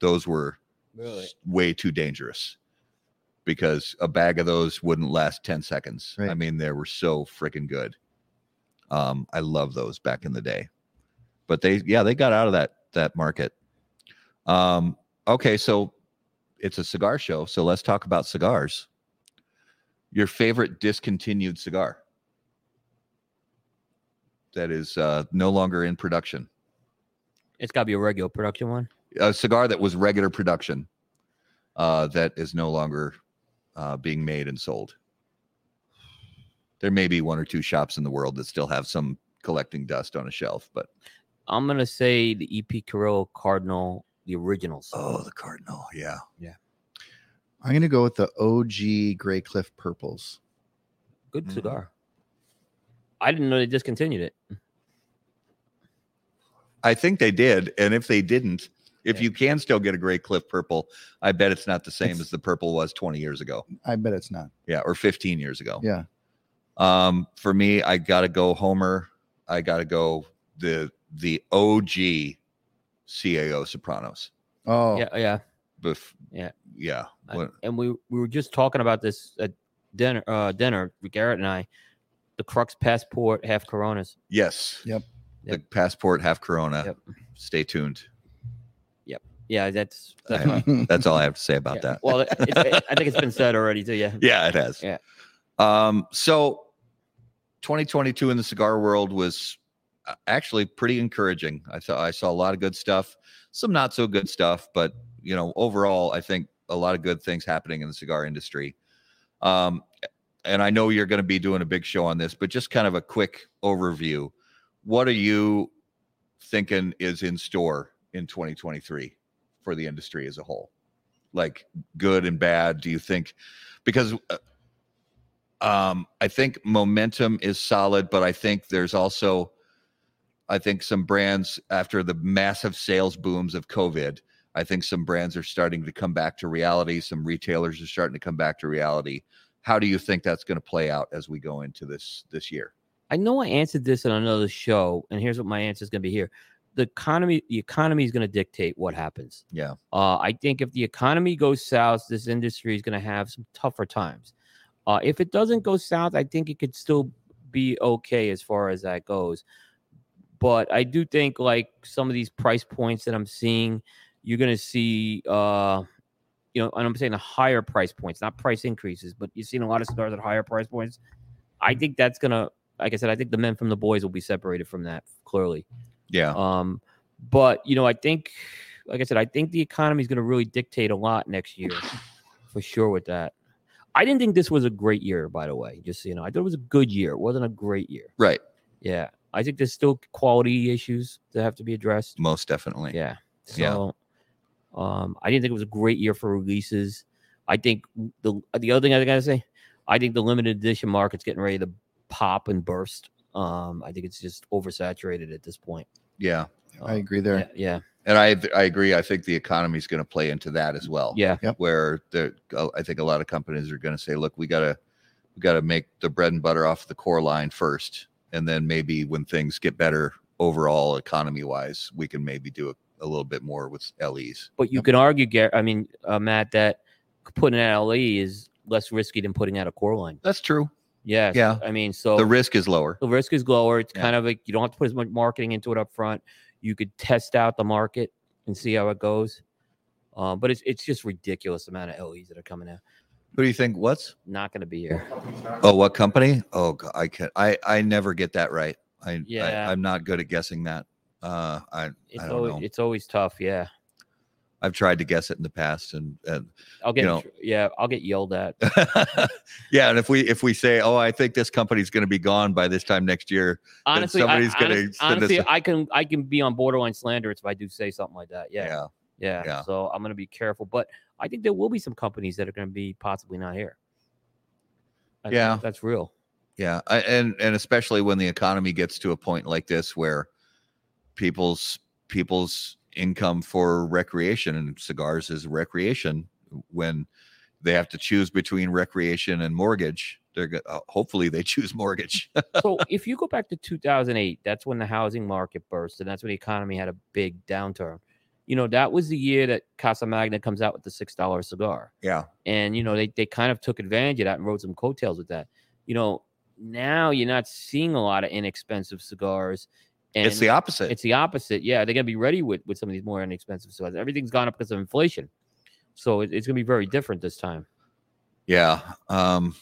A: those were
C: Really?
A: s- way too dangerous because a bag of those wouldn't last 10 seconds. I
B: Right.
A: mean, they were so freaking good. Um, I love those back in the day. But they yeah, they got out of that that market. Um, okay, so it's a cigar show, so let's talk about cigars. Your favorite discontinued cigar that is uh, no longer in production.
C: It's got to be a regular production one.
A: a cigar that was regular production uh, that is no longer uh, being made and sold. There may be one or two shops in the world that still have some collecting dust on a shelf, but
C: I'm gonna say the EP Carrillo Cardinal, the originals.
A: oh, the Cardinal, yeah,
B: I'm gonna go with the OG Grey Cliff Purples.
C: Good
A: Mhm.
C: cigar. I didn't know they discontinued it.
A: I think they did. And if they didn't, if
C: Yeah.
A: you can still get a Grey Cliff Purple, I bet it's not the same
B: It's-
A: as the purple was 20 years ago,
B: I bet it's not.
A: yeah, or 15 years ago.
B: Yeah.
A: Um, for me, I gotta go Homer. I gotta go the the OG CAO Sopranos.
B: Oh,
C: Yeah, yeah.
A: Bef-
C: Yeah.
A: yeah.
C: I-
A: What-
C: and we we were just talking about this at dinner. Uh, dinner, Garrett and I. The Crux Passport half Coronas.
A: yes.
B: Yep.
A: The passport half Corona.
C: Yep.
A: Stay tuned.
C: Yeah, that's that's
A: I-
C: my-
A: That's all I have to say about
C: yeah.
A: that.
C: Well, it, it- I think it's been said already too. Yeah.
A: Yeah, it has.
C: Yeah.
A: Um, so 2022 in the cigar world was uh, actually pretty encouraging. I saw I saw a lot of good stuff, some not so good stuff, but you know, overall, I think a lot of good things happening in the cigar industry. Um, and I know you're going to be doing a big show on this, but just kind of a quick overview. What are you thinking is in store in 2023 for the industry as a whole? Like good and bad? Do you think? Because uh, um, I think momentum is solid, but I think there's also, I think some brands after the massive sales booms of COVID, I think some brands are starting to come back to reality. Some retailers are starting to come back to reality. How do you think that's going to play out as we go into this this year?
C: I know I answered this on another show, and here's what my answer is going to be here. The economy, the economy is going to dictate what happens.
A: Yeah.
C: Uh, I think if the economy goes south, this industry is going to have some tougher times. Uh, if it doesn't go south, I think it could still be okay as far as that goes. But I do think like some of these price points that I'm seeing, you're going to see, uh, you know, and I'm saying the higher price points, not price increases, but you're seeing a lot of cigars at higher price points. I think that's going to, like I said, I think the men from the boys will be separated from that clearly.
A: Yeah.
C: Um, but you know, I think, like I said, I think the economy is going to really dictate a lot next year, for sure. With that, I didn't think this was a great year, by the way. Just so you know, I thought it was a good year. It wasn't a great year.
A: Right.
C: Yeah, I think there's still quality issues that have to be addressed.
A: Most definitely.
C: Yeah.
A: Yeah.
C: So, um, I didn't think it was a great year for releases. I think the the other thing I gotta say, I think the limited edition market's getting ready to pop and burst. Um, I think it's just oversaturated at this point.
A: Oh, Yeah.
B: I
C: Um,
B: agree there.
C: Yeah, yeah,
A: And I I agree. I think the economy is going to play into that as
B: Oh.
A: well.
C: yeah.
A: where the uh, I think a lot of companies are going to say, look, we gotta we gotta make the bread and butter off the core line first, and then maybe when things get better overall economy wise, we can maybe do a, a little bit more with LEs.
C: But you
B: Yep.
C: can argue, Gar- I mean, uh, Matt, that putting out LE is less risky than putting out a core line.
A: That's true.
C: Yeah,
A: Yeah.
C: I mean, so
A: The risk is lower.
C: The risk is lower. It's
A: Yeah.
C: kind of like you don't have to put as much marketing into it up front. You could test out the market and see how it goes. Um, but it's it's just ridiculous amount of LEs that are coming out.
A: Who do you think? What's
C: Not going to be here.
A: oh, what company? Oh, God, I can I I never get that right. I,
C: Yeah.
A: I I'm not good at guessing that. Uh, I
C: It's
A: I don't
C: always
A: know.
C: it's always tough. Yeah,
A: I've tried to guess it in the past, and, and
C: I'll get
A: You know.
C: tr- yeah I'll get yelled at.
A: yeah, and if we if we say, oh, I think this company's going to be gone by this time next year,
C: Honestly, I,
A: somebody's gonna
C: honest-
A: send us
C: honestly
A: a-
C: I can I can be on borderline slanderous if I do say something like that. Yeah,
A: yeah,
C: yeah.
A: yeah.
C: So I'm going to be careful. But I think there will be some companies that are going to be possibly not here. I think
A: Yeah.
C: that's real.
A: Yeah, I, and and especially when the economy gets to a point like this where people's people's income for recreation and cigars is recreation when they have to choose between recreation and mortgage they're go- uh, hopefully they choose mortgage
C: so if you go back to 2008, that's when the housing market burst, and that's when the economy had a big downturn. You know, that was the year that Casa Magna comes out with the six dollar cigar,
A: yeah
C: and you know they they kind of took advantage of that and rode some coattails with that. You know, now you're not seeing a lot of inexpensive cigars. And
A: it's the opposite
C: It's the opposite. Yeah, they're gonna be ready with with some of these more inexpensive cigars. Everything's gone up because of inflation, so it, it's gonna be very different this time.
A: Yeah. Um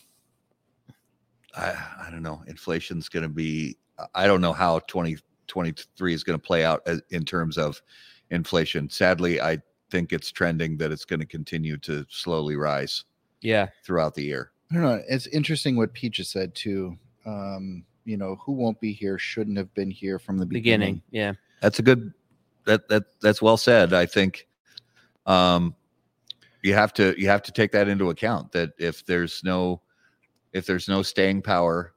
A: I I don't know. Inflation's going to be I- I don't know how 2023 is going to play out as, in terms of inflation. Sadly, I think it's trending that it's going to continue to slowly rise
C: Yeah,
A: throughout the year.
B: I don't know. It's interesting what Pete just said too. Um, you know, who won't be here shouldn't have been here from the beginning.
C: beginning. Yeah,
A: That's a good that that that's well said. I think um you have to you have to take that into account that if there's no if there's no staying power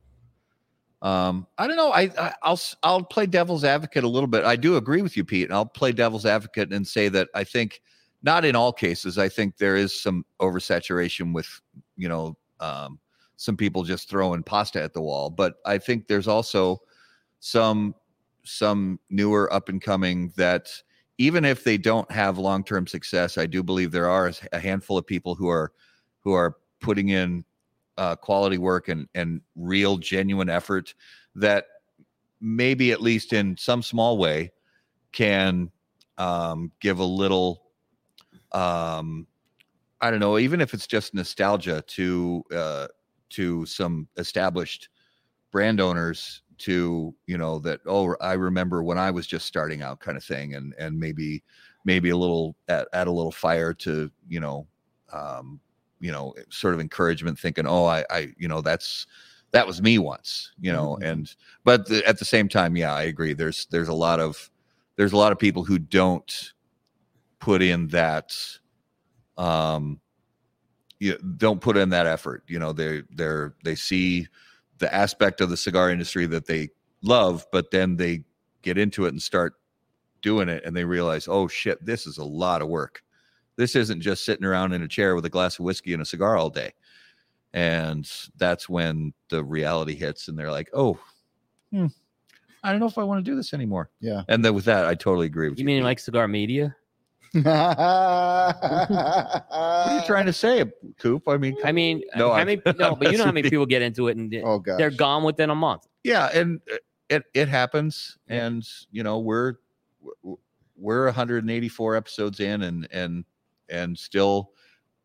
A: um I don't know I, I I'll s- I'll play devil's advocate a little bit. I do agree with you Pete and I'll play devil's advocate and say that I think not in all cases I think there is some oversaturation with you know um some people just throwing pasta at the wall but I think there's also some some newer up and coming that even if they don't have long term success, I do believe there are a handful of people who are who are putting in uh, quality work and and real genuine effort that maybe at least in some small way can um, give a little um, I don't know even if it's just nostalgia to uh, to some established brand owners to you know that oh I remember when I was just starting out kind of thing and and maybe maybe a little add, add a little fire to you know um you know sort of encouragement thinking oh I I you know that's that was me once you know
B: Mhm.
A: and but the, at the same time yeah I agree there's there's a lot of there's a lot of people who don't put in that um you don't put in that effort you know they they're they see the aspect of the cigar industry that they love but then they get into it and start doing it and they realize oh shit this is a lot of work this isn't just sitting around in a chair with a glass of whiskey and a cigar all day and that's when the reality hits and they're like oh hmm, i don't know if i want to do this anymore
B: Yeah.
A: and then with that i totally agree with you
C: you mean like cigar media?
B: what
A: what are
B: are
A: you trying to say coop i mean
C: I mean,
A: No,
C: no,
A: I-
C: I mean, no, but you know how many
A: that's-
C: people get into it and they-
B: Oh god.
C: they're gone within a month.
A: yeah and uh, it it happens and you know we're w- we're 184 episodes in and and and still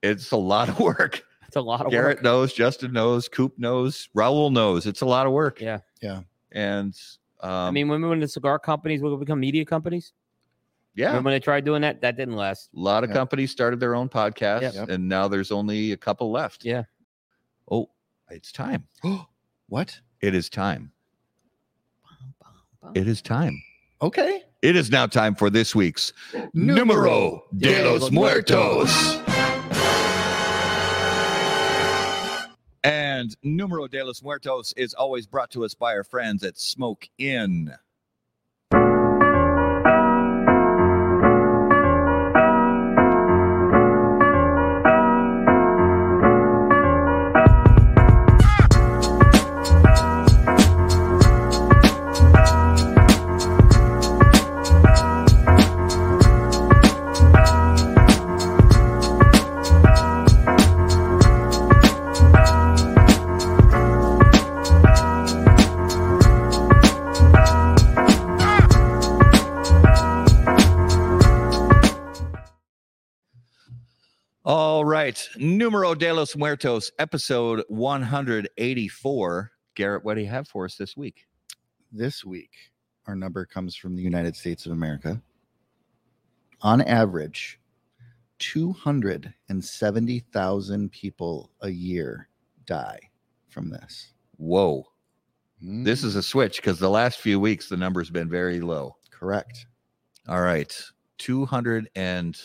A: it's a lot of work
C: It's a lot of
A: garrett
C: work.
A: knows justin knows coop knows raul knows it's a lot of work
C: Yeah.
B: Yeah.
A: and um
C: I mean, remember when the cigar companies would become media companies?
A: yeah
C: Remember when they tried doing that? That didn't last.
A: a lot of
B: Yeah.
A: companies started their own podcasts
B: Yep.
A: and now there's only a couple left
C: Yeah.
A: oh it's time
B: what?
A: it is time it is time
B: Okay.
A: It is now time for this week's Numero de los Muertos. And Numero de los Muertos is always brought to us by our friends at Smoke Inn. All right, Numero de los Muertos, episode 184. Garrett, what do you have for us this week?
B: This week, our number comes from the United States of America. On average, 270,000 people a year die from this.
A: Whoa, this
B: Mm,
A: is a switch because the last few weeks the number's been very low.
B: correct.
A: All right, 200 and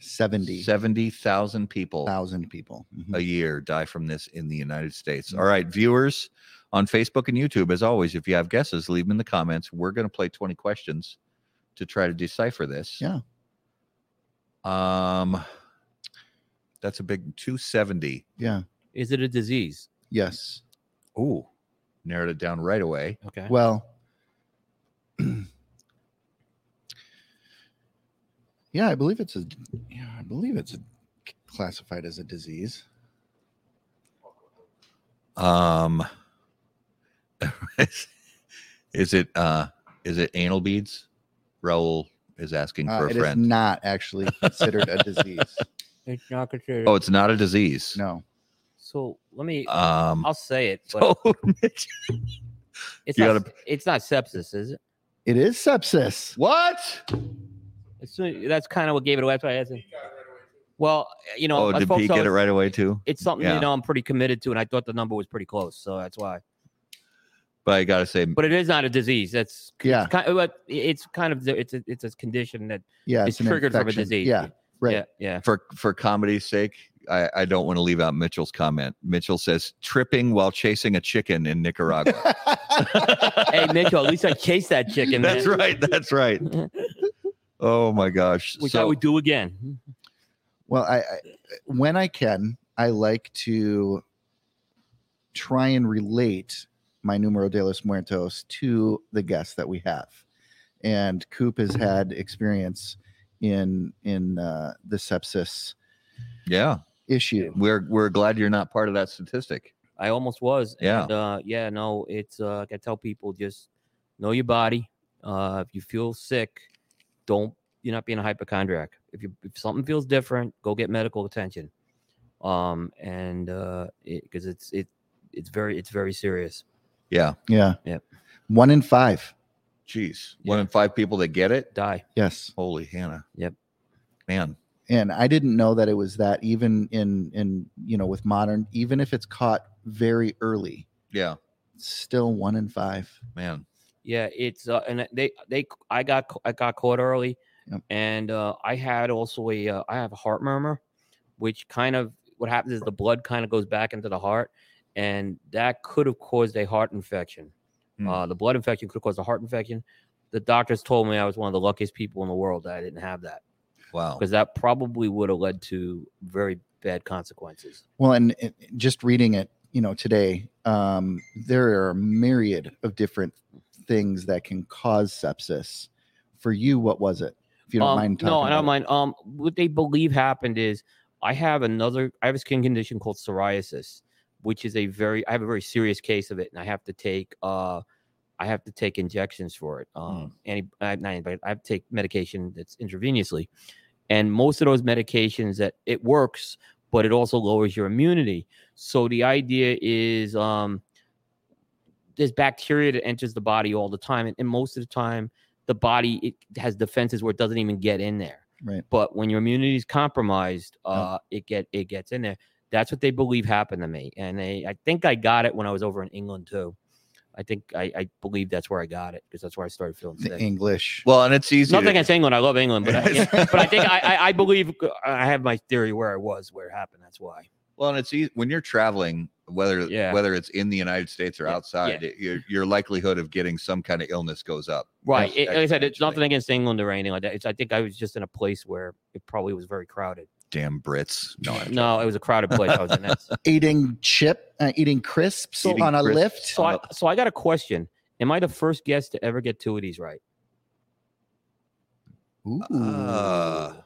B: seventy
A: 70,000 people
B: thousand people. Mhm.
A: a year die from this in the United
B: Mm-hmm.
A: States. All right, viewers on Facebook and YouTube, as always, if you have guesses, leave them in the comments. We're going to play 20 questions to try to decipher this.
B: Yeah.
A: Um, that's a big 270.
B: Yeah.
C: Is it a disease?
B: Yes.
A: Ooh, narrowed it down right away.
C: Okay.
B: Well, yeah, I believe it's a, yeah, I believe it's a, classified as a disease.
A: Um, is it uh, is it anal beads? Raul is asking
B: Uh,
A: for
B: it
A: a
B: is
A: friend.
B: not actually considered a disease.
C: It's not considered.
A: oh, it's not a disease.
B: No.
C: So let me.
A: Um,
C: I'll say it. But
A: so
C: it's,
A: you
C: not, it's not sepsis, is it?
B: It is sepsis.
A: what?
C: It's- that's kind of what gave it away. That's why I asked him. Well, you
A: Oh,
C: know, I
A: did
C: spoke
A: Pete
C: to-
A: get it right away too?
C: It's something
A: Yeah.
C: you know I'm pretty committed to, and I thought the number was pretty close, so that's why.
A: But I gotta say,
C: But it is not a disease. That's
B: Yeah.
C: kind but it's kind of it's a, it's a condition that
B: Yeah.
C: it's, triggered from a
B: infection.
C: disease.
B: Yeah. Right.
C: Yeah. Yeah.
A: for for comedy's sake, I, I don't want to leave out Mitchell's comment. Mitchell says tripping while chasing a chicken in Nicaragua.
C: hey Mitchell, at least I chased that chicken.
A: that's
C: man,
A: right. That's right. Oh my gosh.
C: Which I
A: so
C: would do again.
B: Well, I, I when I can, I like to try and relate my numero de los muertos to the guests that we have. And Coop has had experience in in uh, the sepsis
A: yeah,
B: issue.
A: we're we're glad you're not part of that statistic.
C: I almost was.
A: Yeah.
C: And, uh, yeah. No, it's uh, like I tell people, just know your body. Uh, if you feel sick, don't. You're not being a hypochondriac. If you if something feels different, go get medical attention. Um, and uh, because it's it it's very it's very serious.
A: Yeah.
B: Yeah.
C: Yep.
B: One in five.
A: Jeez. One in five people that get it.
C: Die.
B: Yes.
A: Holy Hannah.
C: Yep.
A: Man.
B: And I didn't know that it was that even in in you know with modern even if it's caught very early,
A: Yeah.
B: still one in five.
A: Man.
C: Yeah, it's uh, and they they I got c- I got caught early,
B: Yep.
C: and uh, I had also a uh, I have a heart murmur, which kind of what happens is the blood kind of goes back into the heart, and that could have caused a heart infection.
A: Hmm.
C: Uh, the blood infection could have caused a heart infection. The doctors told me I was one of the luckiest people in the world that I didn't have that
A: Wow.
C: because that probably would have led to very bad consequences.
B: Well, and it, just reading it, you know, today, um, there are a myriad of different things that can cause sepsis. For you, what was it? If you don't
C: um,
B: mind talking.
C: No, I
B: about
C: don't
B: it.
C: mind. Um, what they believe happened is I have another. I have a skin condition called psoriasis, which is a very. I have a very serious case of it, and I have to take. Uh, I have to take injections for it.
B: Hmm.
C: Um, any, uh, not anybody. I have to take medication that's intravenously, and most of those medications that it works, but it also lowers your immunity. So the idea is, um, there's bacteria that enters the body all the time, and, and most of the time the body it has defenses where it doesn't even get in there.
B: Right.
C: But when your immunity is compromised, uh, it get it gets in there. That's what they believe happened to me, and they, I think I got it when I was over in England too. I think I, I believe that's where I got it because that's where I started feeling
B: the
C: sick.
B: English.
A: Well, and it's easy.
C: Nothing
A: to-
C: against England. I love England, but I, yeah, but I think I, I, I believe I have my theory where I was, where it happened. That's why.
A: Well, and it's easy when you're traveling, whether
C: Yeah.
A: whether it's in the United States or
C: Yeah,
A: outside, it- your your likelihood of getting some kind of illness goes up.
C: Right.
A: Ex-
C: It, like I said, it's
A: exponentially.
C: nothing against England or anything like that. It's, I think I was just in a place where it probably was very crowded.
A: Damn Brits! No, I'm
C: No, it was a crowded place. I was in that.
B: eating chip, uh, eating crisps
A: Eating
B: on a
A: crisps.
B: lift.
C: So I, so I got a question. Am I the first guest to ever get two of these right?
B: Ooh.
A: Uh,
C: It's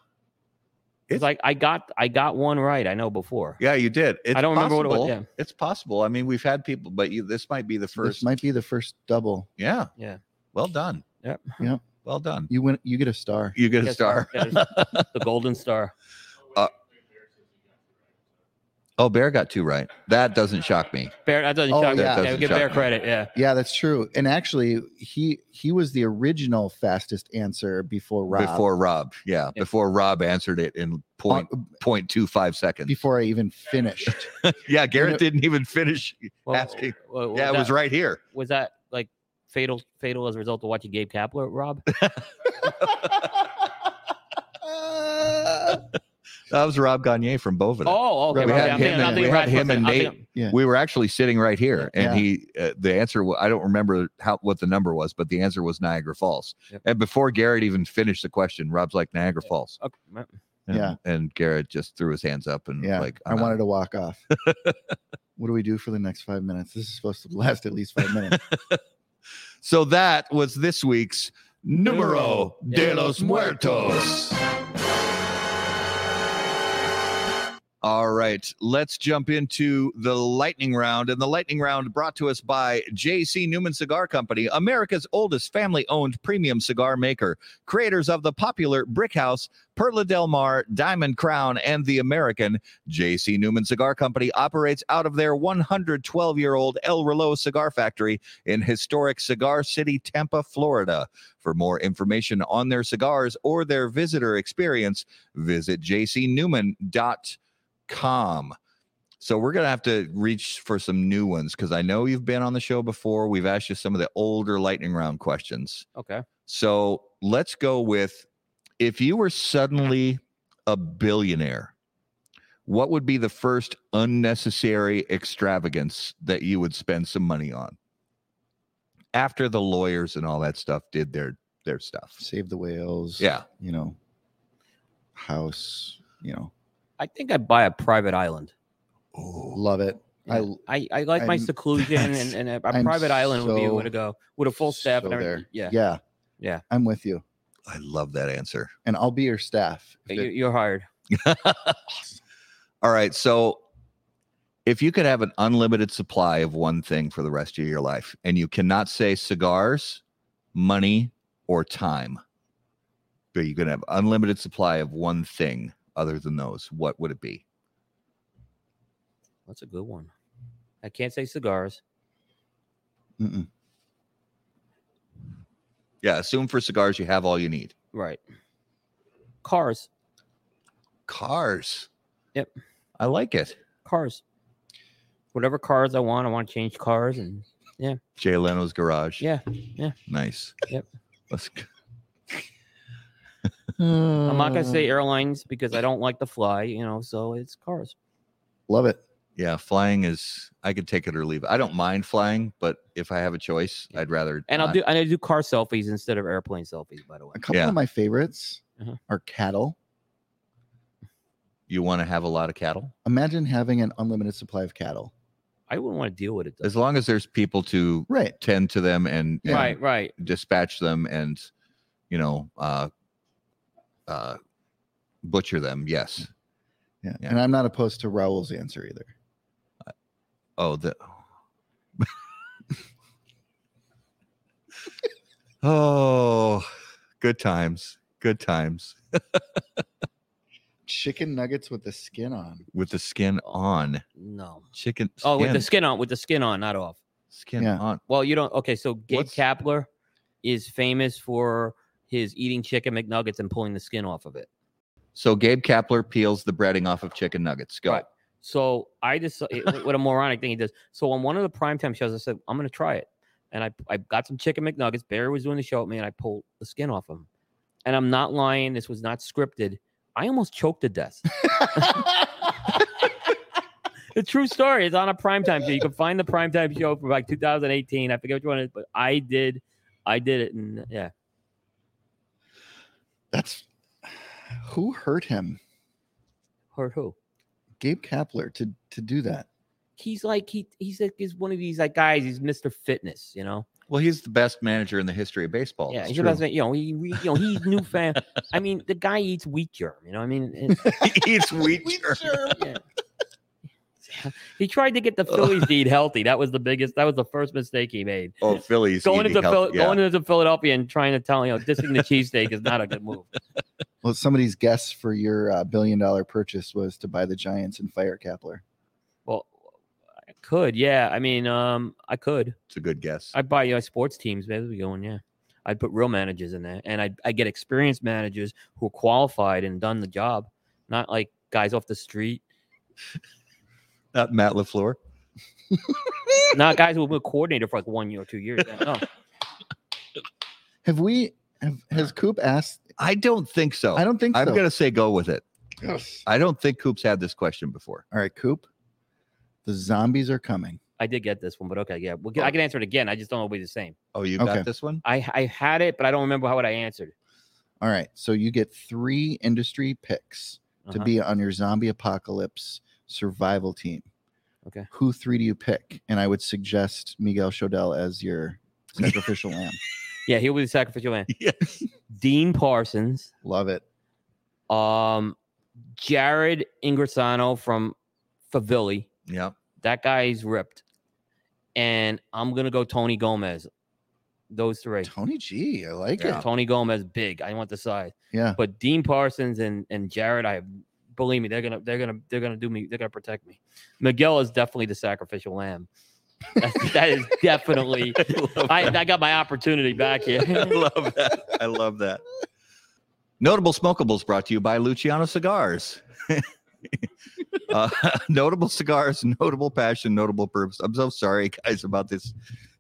A: It's-
C: like I got I got one right. I know before.
A: yeah, you did. It's
C: I don't remember
A: possible.
C: what it was, yeah.
A: It's possible. I mean, we've had people, but you, this might be the
B: this
A: first.
B: might be the first double.
A: yeah.
C: Yeah.
A: Well done.
C: Yep.
B: Yep.
A: Well done.
B: You win. You get a star.
A: You get a
C: Yes,
A: star.
C: yes, the golden star.
A: Oh, Bear got two right. That doesn't shock me.
C: Bear that doesn't
B: Oh,
C: shock me.
B: yeah.
C: Yeah,
A: Doesn't
C: give Bear
A: shock me.
C: credit. Yeah.
B: Yeah, that's true. And actually, he he was the original fastest answer before Rob.
A: Before Rob, yeah,
C: Yeah.
A: before Rob answered it in point
B: Uh,
A: point two five seconds.
B: before I even finished.
A: yeah, Garrett
B: know-
A: didn't even finish asking.
C: well,
A: yeah, it was
C: that-
A: right here.
C: Was that like fatal fatal as a result of watching Gabe Kapler, Rob?
A: That was Rob Gagne from Bovada.
C: Oh, okay.
A: we
C: okay.
A: had
C: I'm
A: him
C: thinking- I'm
A: and-
C: thinking
A: we had
C: Radcliffe.
A: him and
C: I'm
A: Nate.
C: thinking-
A: We were actually sitting right here, and
B: Yeah.
A: he uh, the answer wa- I don't remember how what the number was, but the answer was Niagara Falls.
C: Yep.
A: And before Garrett even finished the question, Rob's like Niagara Falls,
C: okay, right.
A: and,
B: Yeah.
A: and Garrett just threw his hands up and
B: Yeah,
A: like
B: I
C: Uh-huh.
A: I'm out.
B: wanted to walk off. what do we do for the next five minutes? This is supposed to last at least five minutes.
A: So that was this week's Numero de
C: de
A: los
C: los
A: Muertos. All right, let's jump into the lightning round. And the lightning round brought to us by JC Newman Cigar Company, America's oldest family owned premium cigar maker, creators of the popular Brick House, Perla Del Mar, Diamond Crown, and the American. JC Newman Cigar Company operates out of their 112 year old El Reloj cigar factory in historic Cigar City, Tampa, Florida. For more information on their cigars or their visitor experience, visit jcnewman.com. So we're going to have to reach for some new ones because I know you've been on the show before. We've asked you some of the older lightning round questions.
C: Okay.
A: So let's go with if you were suddenly a billionaire, what would be the first unnecessary extravagance that you would spend some money on? After the lawyers and all that stuff did their their stuff.
B: Save the whales.
A: Yeah.
B: You know, house. You know,
C: I think I'd buy a private island.
B: love it. I
C: I, I like my
B: I'm-
C: seclusion and, and a, a
B: I'm
C: private island would be a way
B: so-
C: to go with a full staff and
B: so
C: everything.
B: there.
C: Yeah.
B: Yeah.
C: Yeah.
B: I'm with you,
A: I love that answer.
B: and I'll be your staff. if
C: You,
B: it-
C: you're hired.
A: All right, so if you could have an unlimited supply of one thing for the rest of your life and you cannot say cigars, money, or time, but you can have unlimited supply of one thing other than those, what would it be?
C: That's a good one. I can't say cigars.
B: Mm-mm.
A: Yeah, assume for cigars you have all you need.
C: Right. Cars.
A: Cars.
C: Yep.
A: I like it.
C: Cars. Whatever cars I want, I want to change cars and
A: Jay Leno's garage.
C: yeah.
A: Nice.
C: Yep.
A: Let's go.
C: I'm not gonna
B: Hmm.
C: say airlines because I don't like to fly, you know, so it's cars.
B: Love it.
A: Yeah, flying is I could take it or leave it. I don't mind flying, but if I have a choice,
C: Yeah.
A: I'd rather
C: And
A: not.
C: I'll do and I do car selfies instead of airplane selfies, by the way.
B: A couple
A: Yeah.
B: of my favorites
C: Uh-huh.
B: are cattle.
A: you want to have a lot of cattle
B: Imagine having an unlimited supply of cattle.
C: I wouldn't want to deal with it though.
A: as long as there's people to
B: Right.
A: tend to them and, and
C: Right, right.
A: dispatch them and you know uh uh butcher them yes
B: Yeah.
A: Yeah.
B: And I'm not opposed to Raul's answer either.
A: oh the oh good times good times
B: Chicken nuggets with the skin on.
A: with the skin on
C: No.
A: chicken skin,
C: Oh, with the skin on, with the skin on, not off.
A: skin
B: Yeah.
A: on
C: Well, you don't. Okay, so Gabe
A: What's-
C: Kapler is famous for his eating chicken McNuggets and pulling the skin off of it.
A: so gabe kapler peels the breading off of chicken nuggets go
C: Right. So I just eh, what a moronic thing he does. So on one of the primetime shows, I said I'm gonna try it, and I I got some chicken McNuggets. Barry was doing the show with me, and I pulled the skin off him. And I'm not lying. This was not scripted. I almost choked to death. The true story is on a primetime show. You can find the primetime show from like 2018. I forget which one it is, but I did, I did it, and yeah.
B: That's who hurt him?
C: Hurt who?
B: Gabe Kapler to to do that.
C: he's like he he's like he's one of these like guys. He's Mr. Fitness, you know.
A: well he's the best manager in the history of baseball
C: yeah,
A: It's
C: he's
A: true.
C: about to, you know he re- you know he's new fan. I mean, the guy eats wheat germ. You know, what I mean, It's-
A: he eats wheat germ.
C: yeah. he tried to get the Phillies to eat healthy. That was the biggest. That was the first mistake he made.
A: Oh, Phillies
C: Going
A: eating
C: into Phil-
A: health- yeah.
C: going into Philadelphia and trying to tell you know dissing the cheesesteak is not a good move.
B: Well, somebody's guess for your uh, billion dollar purchase was to buy the Giants and fire Kapler.
C: Well, I could yeah. I mean, um, I could.
A: It's a good guess.
C: I'd buy you know, sports teams. Maybe we going, yeah. I'd put real managers in there, and I'd, I'd get experienced managers who are qualified and done the job, not like guys off the street,
A: Not Uh, Matt Lafleur.
C: not guys who have been a coordinator for like one year or two years. oh, No,
B: Have we? Have, has Coop asked?
A: I don't think so.
B: I don't think
A: Oh, I'm
B: so.
A: gonna say go with it.
B: Yes.
A: I don't think Coop's had this question before.
B: All right, Coop. The zombies are coming.
C: I did get this one, but okay, yeah, we'll get, I can answer it again. I just don't know if it's the same.
A: Oh, you
B: Okay.
A: got this one?
C: I I had it, but I don't remember how it I answered.
B: All right. So you get three industry picks to
C: Uh-huh.
B: be on your zombie apocalypse survival team.
C: Okay.
B: Who three do you pick? And I would suggest Miguel Chodel as your sacrificial lamb.
C: yeah, here was the sacrificial man.
A: Yes.
C: Dean Parsons,
B: Love it.
C: um, Jared Ingersano from Favilli.
A: Yep.
C: That guy's ripped, and I'm gonna go Tony Gomez. Those three.
B: Tony G. I like
A: Yeah.
B: it.
C: Tony Gomez, big. I want the size.
B: Yeah.
C: But Dean Parsons and and Jared, I believe me, they're gonna they're gonna they're gonna do me. They're gonna protect me. Miguel is definitely the sacrificial lamb. That's, that is definitely. I, I got my opportunity back
A: I
C: here.
A: love that. I love that. Notable Smokables brought to you by Luciano Cigars. uh, notable cigars, notable passion, notable purpose. I'm so sorry, guys, about this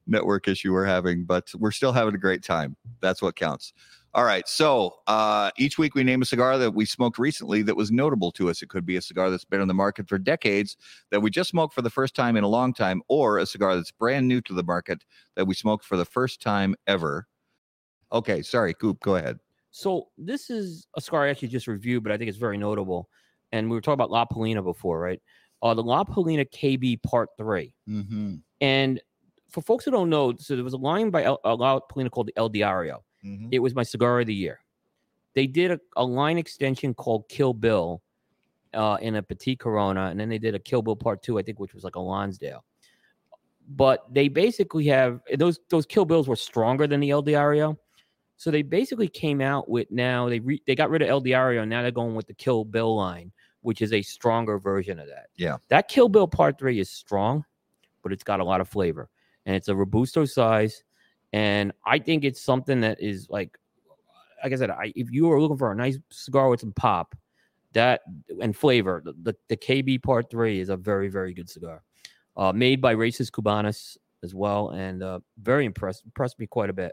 A: network issue we're having, but we're still having a great time. That's what counts. All right. So uh, each week we name a cigar that we smoked recently that was notable to us. It could be a cigar that's been on the market for decades that we just smoked for the first time in a long time, or a cigar that's brand new to the market that we smoked for the first time ever. Okay, sorry, Coop, go ahead.
C: So this is a scar I actually just reviewed, but I think it's very notable. And we were talking about La Polina before, right? Uh, the La Polina KB Part Three.
B: Mm-hmm.
C: And for folks who don't know, so there was a line by El, La Polina called the El Diario.
B: Mm-hmm.
C: It was my cigar of the year. They did a, a line extension called Kill Bill uh, in a Petit Corona, and then they did a Kill Bill Part Two, I think, which was like a Lonsdale. But they basically have and those those Kill Bills were stronger than the El Diario, so they basically came out with now they re, they got rid of El Diario and now they're going with the Kill Bill line, which is a stronger version of that.
A: Yeah.
C: that Kill Bill Part Three is strong, but it's got a lot of flavor and it's a robusto size, and I think it's something that is like like I said, I, if you are looking for a nice cigar with some pop, that and flavor, the, the, the KB Part Three is a very very good cigar, uh, made by Racist Cubanas as well, and uh, very impressed impressed me quite a bit.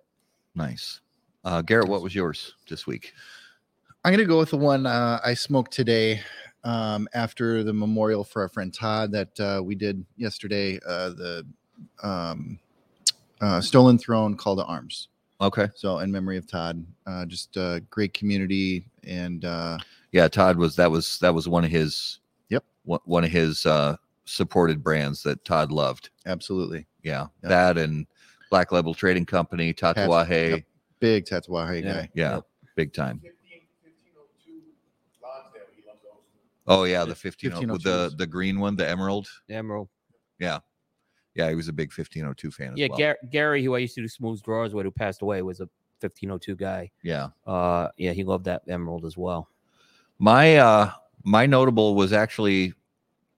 A: Nice. Uh, Garrett, what was yours this week?
B: I'm gonna go with the one uh, I smoked today um, after the memorial for our friend Todd that uh, we did yesterday. Uh, the um, uh, Stolen Throne Call to Arms.
A: Okay.
B: So in memory of Todd, uh, just uh, great community and uh,
A: Yeah, Todd was that was that was one of his
B: Yep.
A: one, one of his uh supported brands that Todd loved.
B: absolutely
A: Yeah.
B: Yep.
A: That and Black Label Trading Company, Tatawahe.
B: yep. big Tatawahe
C: Yeah.
B: guy.
A: Yeah.
C: Yep.
A: Big time.
D: 15 1502 Lonsdale, he loves those.
A: Oh yeah, the 15 with the
B: 1502s.
A: the green one, the emerald.
C: Emerald,
A: Yeah, he was a big 1502 fan as
C: yeah,
A: well.
C: Gar- Gary, who I used to do smooth drawers with, who passed away, was a 1502 guy.
A: yeah.
C: Uh, yeah, he loved that Emerald as well.
A: My uh my notable was actually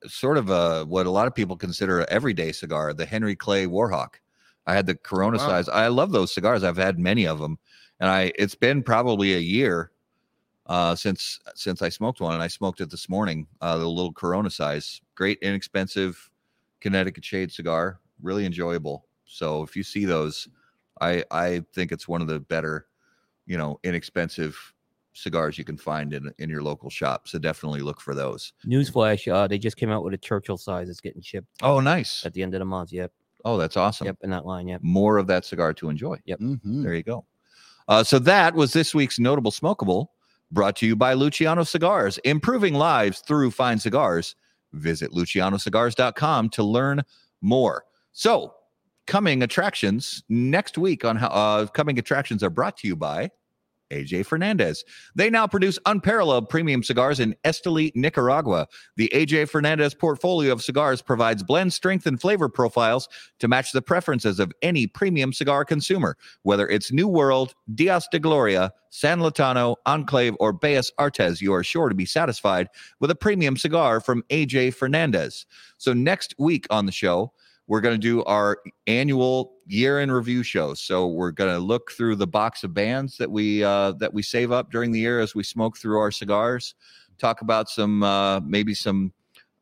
A: sort of a what a lot of people consider an everyday cigar, the Henry Clay Warhawk. I had the Corona
B: Wow.
A: size. I love those cigars. I've had many of them, and I it's been probably a year uh, since since I smoked one, and I smoked it this morning. Uh, the little Corona size, great, inexpensive Connecticut shade cigar, really enjoyable. So if you see those, I I think it's one of the better, you know, inexpensive cigars you can find in in your local shop. So definitely look for those.
C: Newsflash: uh, they just came out with a Churchill size that's getting shipped
A: Oh, nice.
C: at the end of the month. Yep,
A: Oh, that's awesome.
C: yep, in that line. Yep.
A: More of that cigar to enjoy.
B: Mhm.
A: There you go. Uh, so that was this week's notable smokable, brought to you by Luciano Cigars, improving lives through fine cigars. Visit lucianocigars.com to learn more. So, coming attractions next week on how uh, coming attractions are brought to you by AJ Fernandez. They now produce unparalleled premium cigars in Esteli, Nicaragua. The AJ Fernandez portfolio of cigars provides blend strength and flavor profiles to match the preferences of any premium cigar consumer whether it's New World, Dios de Gloria, San Latano, Enclave, or Bayas Artes, you are sure to be satisfied with a premium cigar from AJ Fernandez. So next week on the show, we're going to do our annual year in review show. So we're going to look through the box of bands that we uh, that we save up during the year as we smoke through our cigars. Talk about some uh, maybe some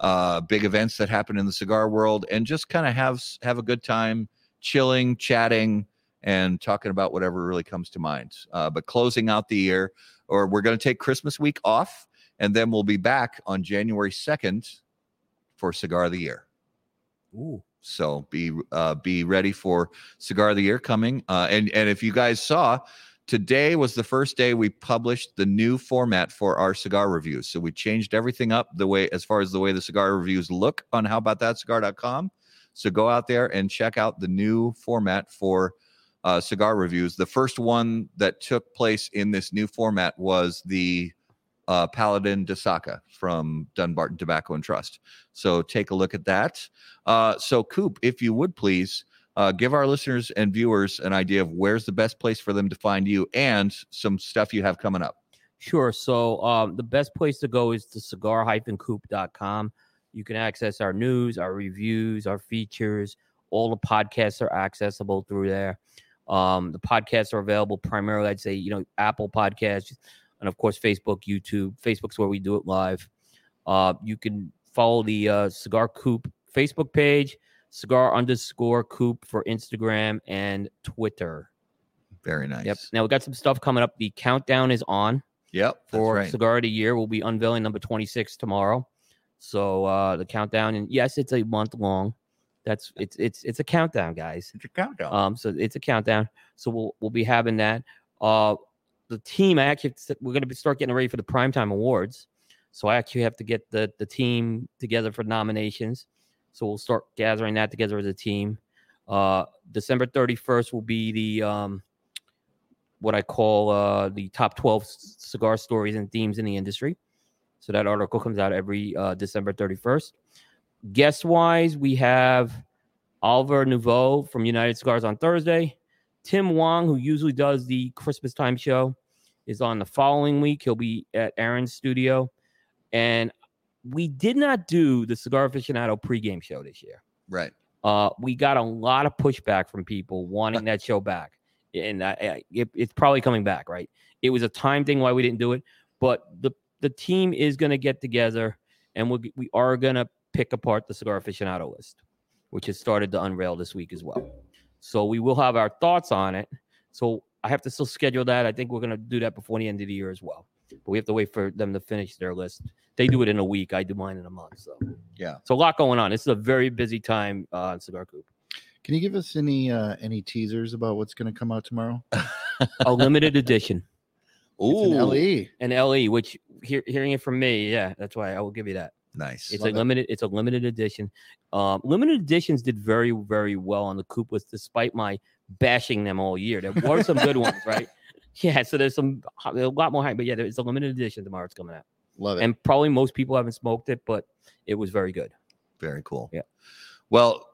A: uh, big events that happen in the cigar world, and just kind of have have a good time, chilling, chatting, and talking about whatever really comes to mind. Uh, but closing out the year, or we're going to take Christmas week off And then we'll be back on January 2nd for Cigar of the Year.
C: Ooh.
A: So be uh, be ready for cigar of the year coming. Uh, and and if you guys saw, today was the first day we published the new format for our cigar reviews. So we changed everything up the way as far as the way the cigar reviews look on howaboutthatcigar.com. So go out there and check out the new format for uh, cigar reviews. The first one that took place in this new format was the uh, Paladin Dasaka from Dunbarton Tobacco and Trust. So take a look at that. Uh, so, Coop, if you would please uh, give our listeners and viewers an idea of where's the best place for them to find you and some stuff you have coming up.
C: Sure. So um, the best place to go is to cigar-coop.com. You can access our news, our reviews, our features. All the podcasts are accessible through there. Um, the podcasts are available primarily, I'd say, you know, Apple Podcasts, and of course, Facebook, YouTube. Facebook's where we do it live. Uh, you can follow the uh, Cigar Coop Facebook page, cigar underscore coop for Instagram and Twitter.
A: Very nice.
C: Yep. Now we got some stuff coming up. The countdown is on
A: Yep. that's
C: for
A: right.
C: cigar of the year. We'll be unveiling number 26 tomorrow. So uh the countdown and yes, it's a month long. That's it's it's it's a countdown, guys.
A: It's a countdown.
C: Um so it's a countdown. So we'll we'll be having that. Uh the team I actually we're going to start getting ready for the primetime awards. So I actually have to get the the team together for nominations. So we'll start gathering that together as a team. Uh December 31st will be the um what I call uh, the top 12 c- cigar stories and themes in the industry. So that article comes out every uh, December 31st. Guest wise, we have Oliver Nouveau from United Cigars on Thursday. Tim Wong, who usually does the Christmas time show, is on the following week. He'll be at Aaron's studio. And we did not do the Cigar Aficionado pregame show this year
A: right.
C: uh, we got a lot of pushback from people wanting that show back, and I, I, it, it's probably coming back. Right? It was a time thing why we didn't do it, but the the team is going to get together, and we'll, we are going to pick apart the cigar aficionado list, which has started to unrail this week as well. So we will have our thoughts on it. So I have to still schedule that. I think we're going to do that before the end of the year as well. But we have to wait for them to finish their list. They do it in a week. I do mine in a month. So
A: Yeah.
C: so a lot going on. This is a very busy time uh, on Cigar Coop.
B: Can you give us any uh any teasers about what's going to come out tomorrow?
C: A limited edition,
B: It's an
A: Ooh,
B: LE.
C: an LE, which hear, hearing it from me, yeah, that's why I will give you that.
A: nice.
C: It's
B: Love
C: a
B: it.
C: limited. It's a limited edition. Um, limited editions did very, very well on the Coop list, despite my bashing them all year. There were some good ones, right? Yeah, so there's some a lot more hype, but yeah, there- it's a limited edition tomorrow. It's coming out,
B: Love it.
C: and probably most people haven't smoked it, but it was very good.
A: Very cool.
C: Yeah.
A: Well,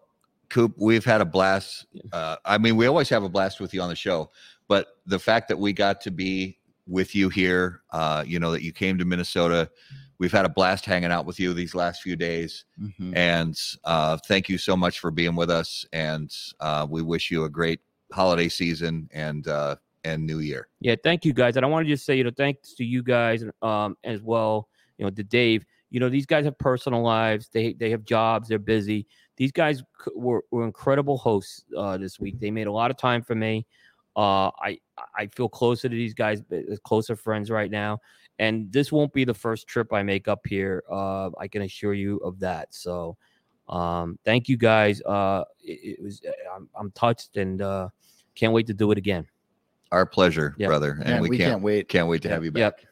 A: Coop, we've had a blast.
C: Yeah.
A: Uh, I mean, we always have a blast with you on the show, but the fact that we got to be with you here, uh, you know, that you came to Minnesota, we've had a blast hanging out with you these last few days.
B: Mhm.
A: And uh, thank you so much for being with us. And uh, we wish you a great holiday season and uh, and New Year.
C: Yeah, thank you guys. And I want to just say, you know, thanks to you guys and um as well, you know, to Dave. You know, these guys have personal lives. They they have jobs. They're busy. These guys c- were, were incredible hosts uh, this week. They made a lot of time for me. Uh, I I feel closer to these guys, b- closer friends right now. And this won't be the first trip I make up here. Uh, I can assure you of that. So, um, thank you guys. Uh, it, it was I'm, I'm touched and uh, can't wait to do it again.
A: Our pleasure,
C: Yeah.
A: brother. And
B: Man,
A: we, can't, can't
B: wait.
A: wait to
C: Yep,
A: have you back.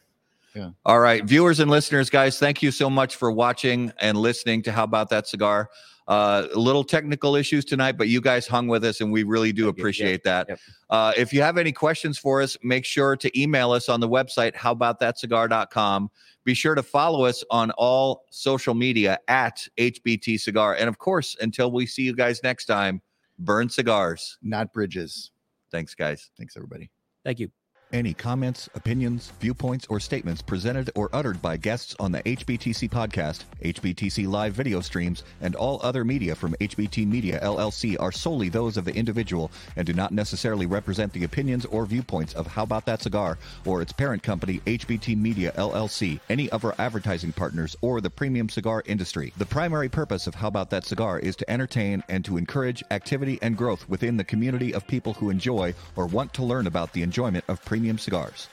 C: yep.
A: All right, viewers and listeners, guys, thank you so much for watching and listening to How About That Cigar. Uh, little technical issues tonight, but you guys hung with us, and we really do
C: Thank you. Yep,
A: appreciate that.
C: yep.
A: Uh, if you have any questions for us, make sure to email us on the website, howaboutthatcigar.com. Be sure to follow us on all social media at HBT Cigar. And of course, until we see you guys next time, burn cigars.
B: Not bridges.
A: Thanks, guys.
B: Thanks everybody.
C: Thank you.
A: Any comments, opinions, viewpoints, or statements presented or uttered by guests on the HBTC podcast, HBTC live video streams, and all other media from HBT Media LLC are solely those of the individual and do not necessarily represent the opinions or viewpoints of How About That Cigar or its parent company, HBT Media LLC, any of our advertising partners, or the premium cigar industry. The primary purpose of How About That Cigar is to entertain and to encourage activity and growth within the community of people who enjoy or want to learn about the enjoyment of premium cigars.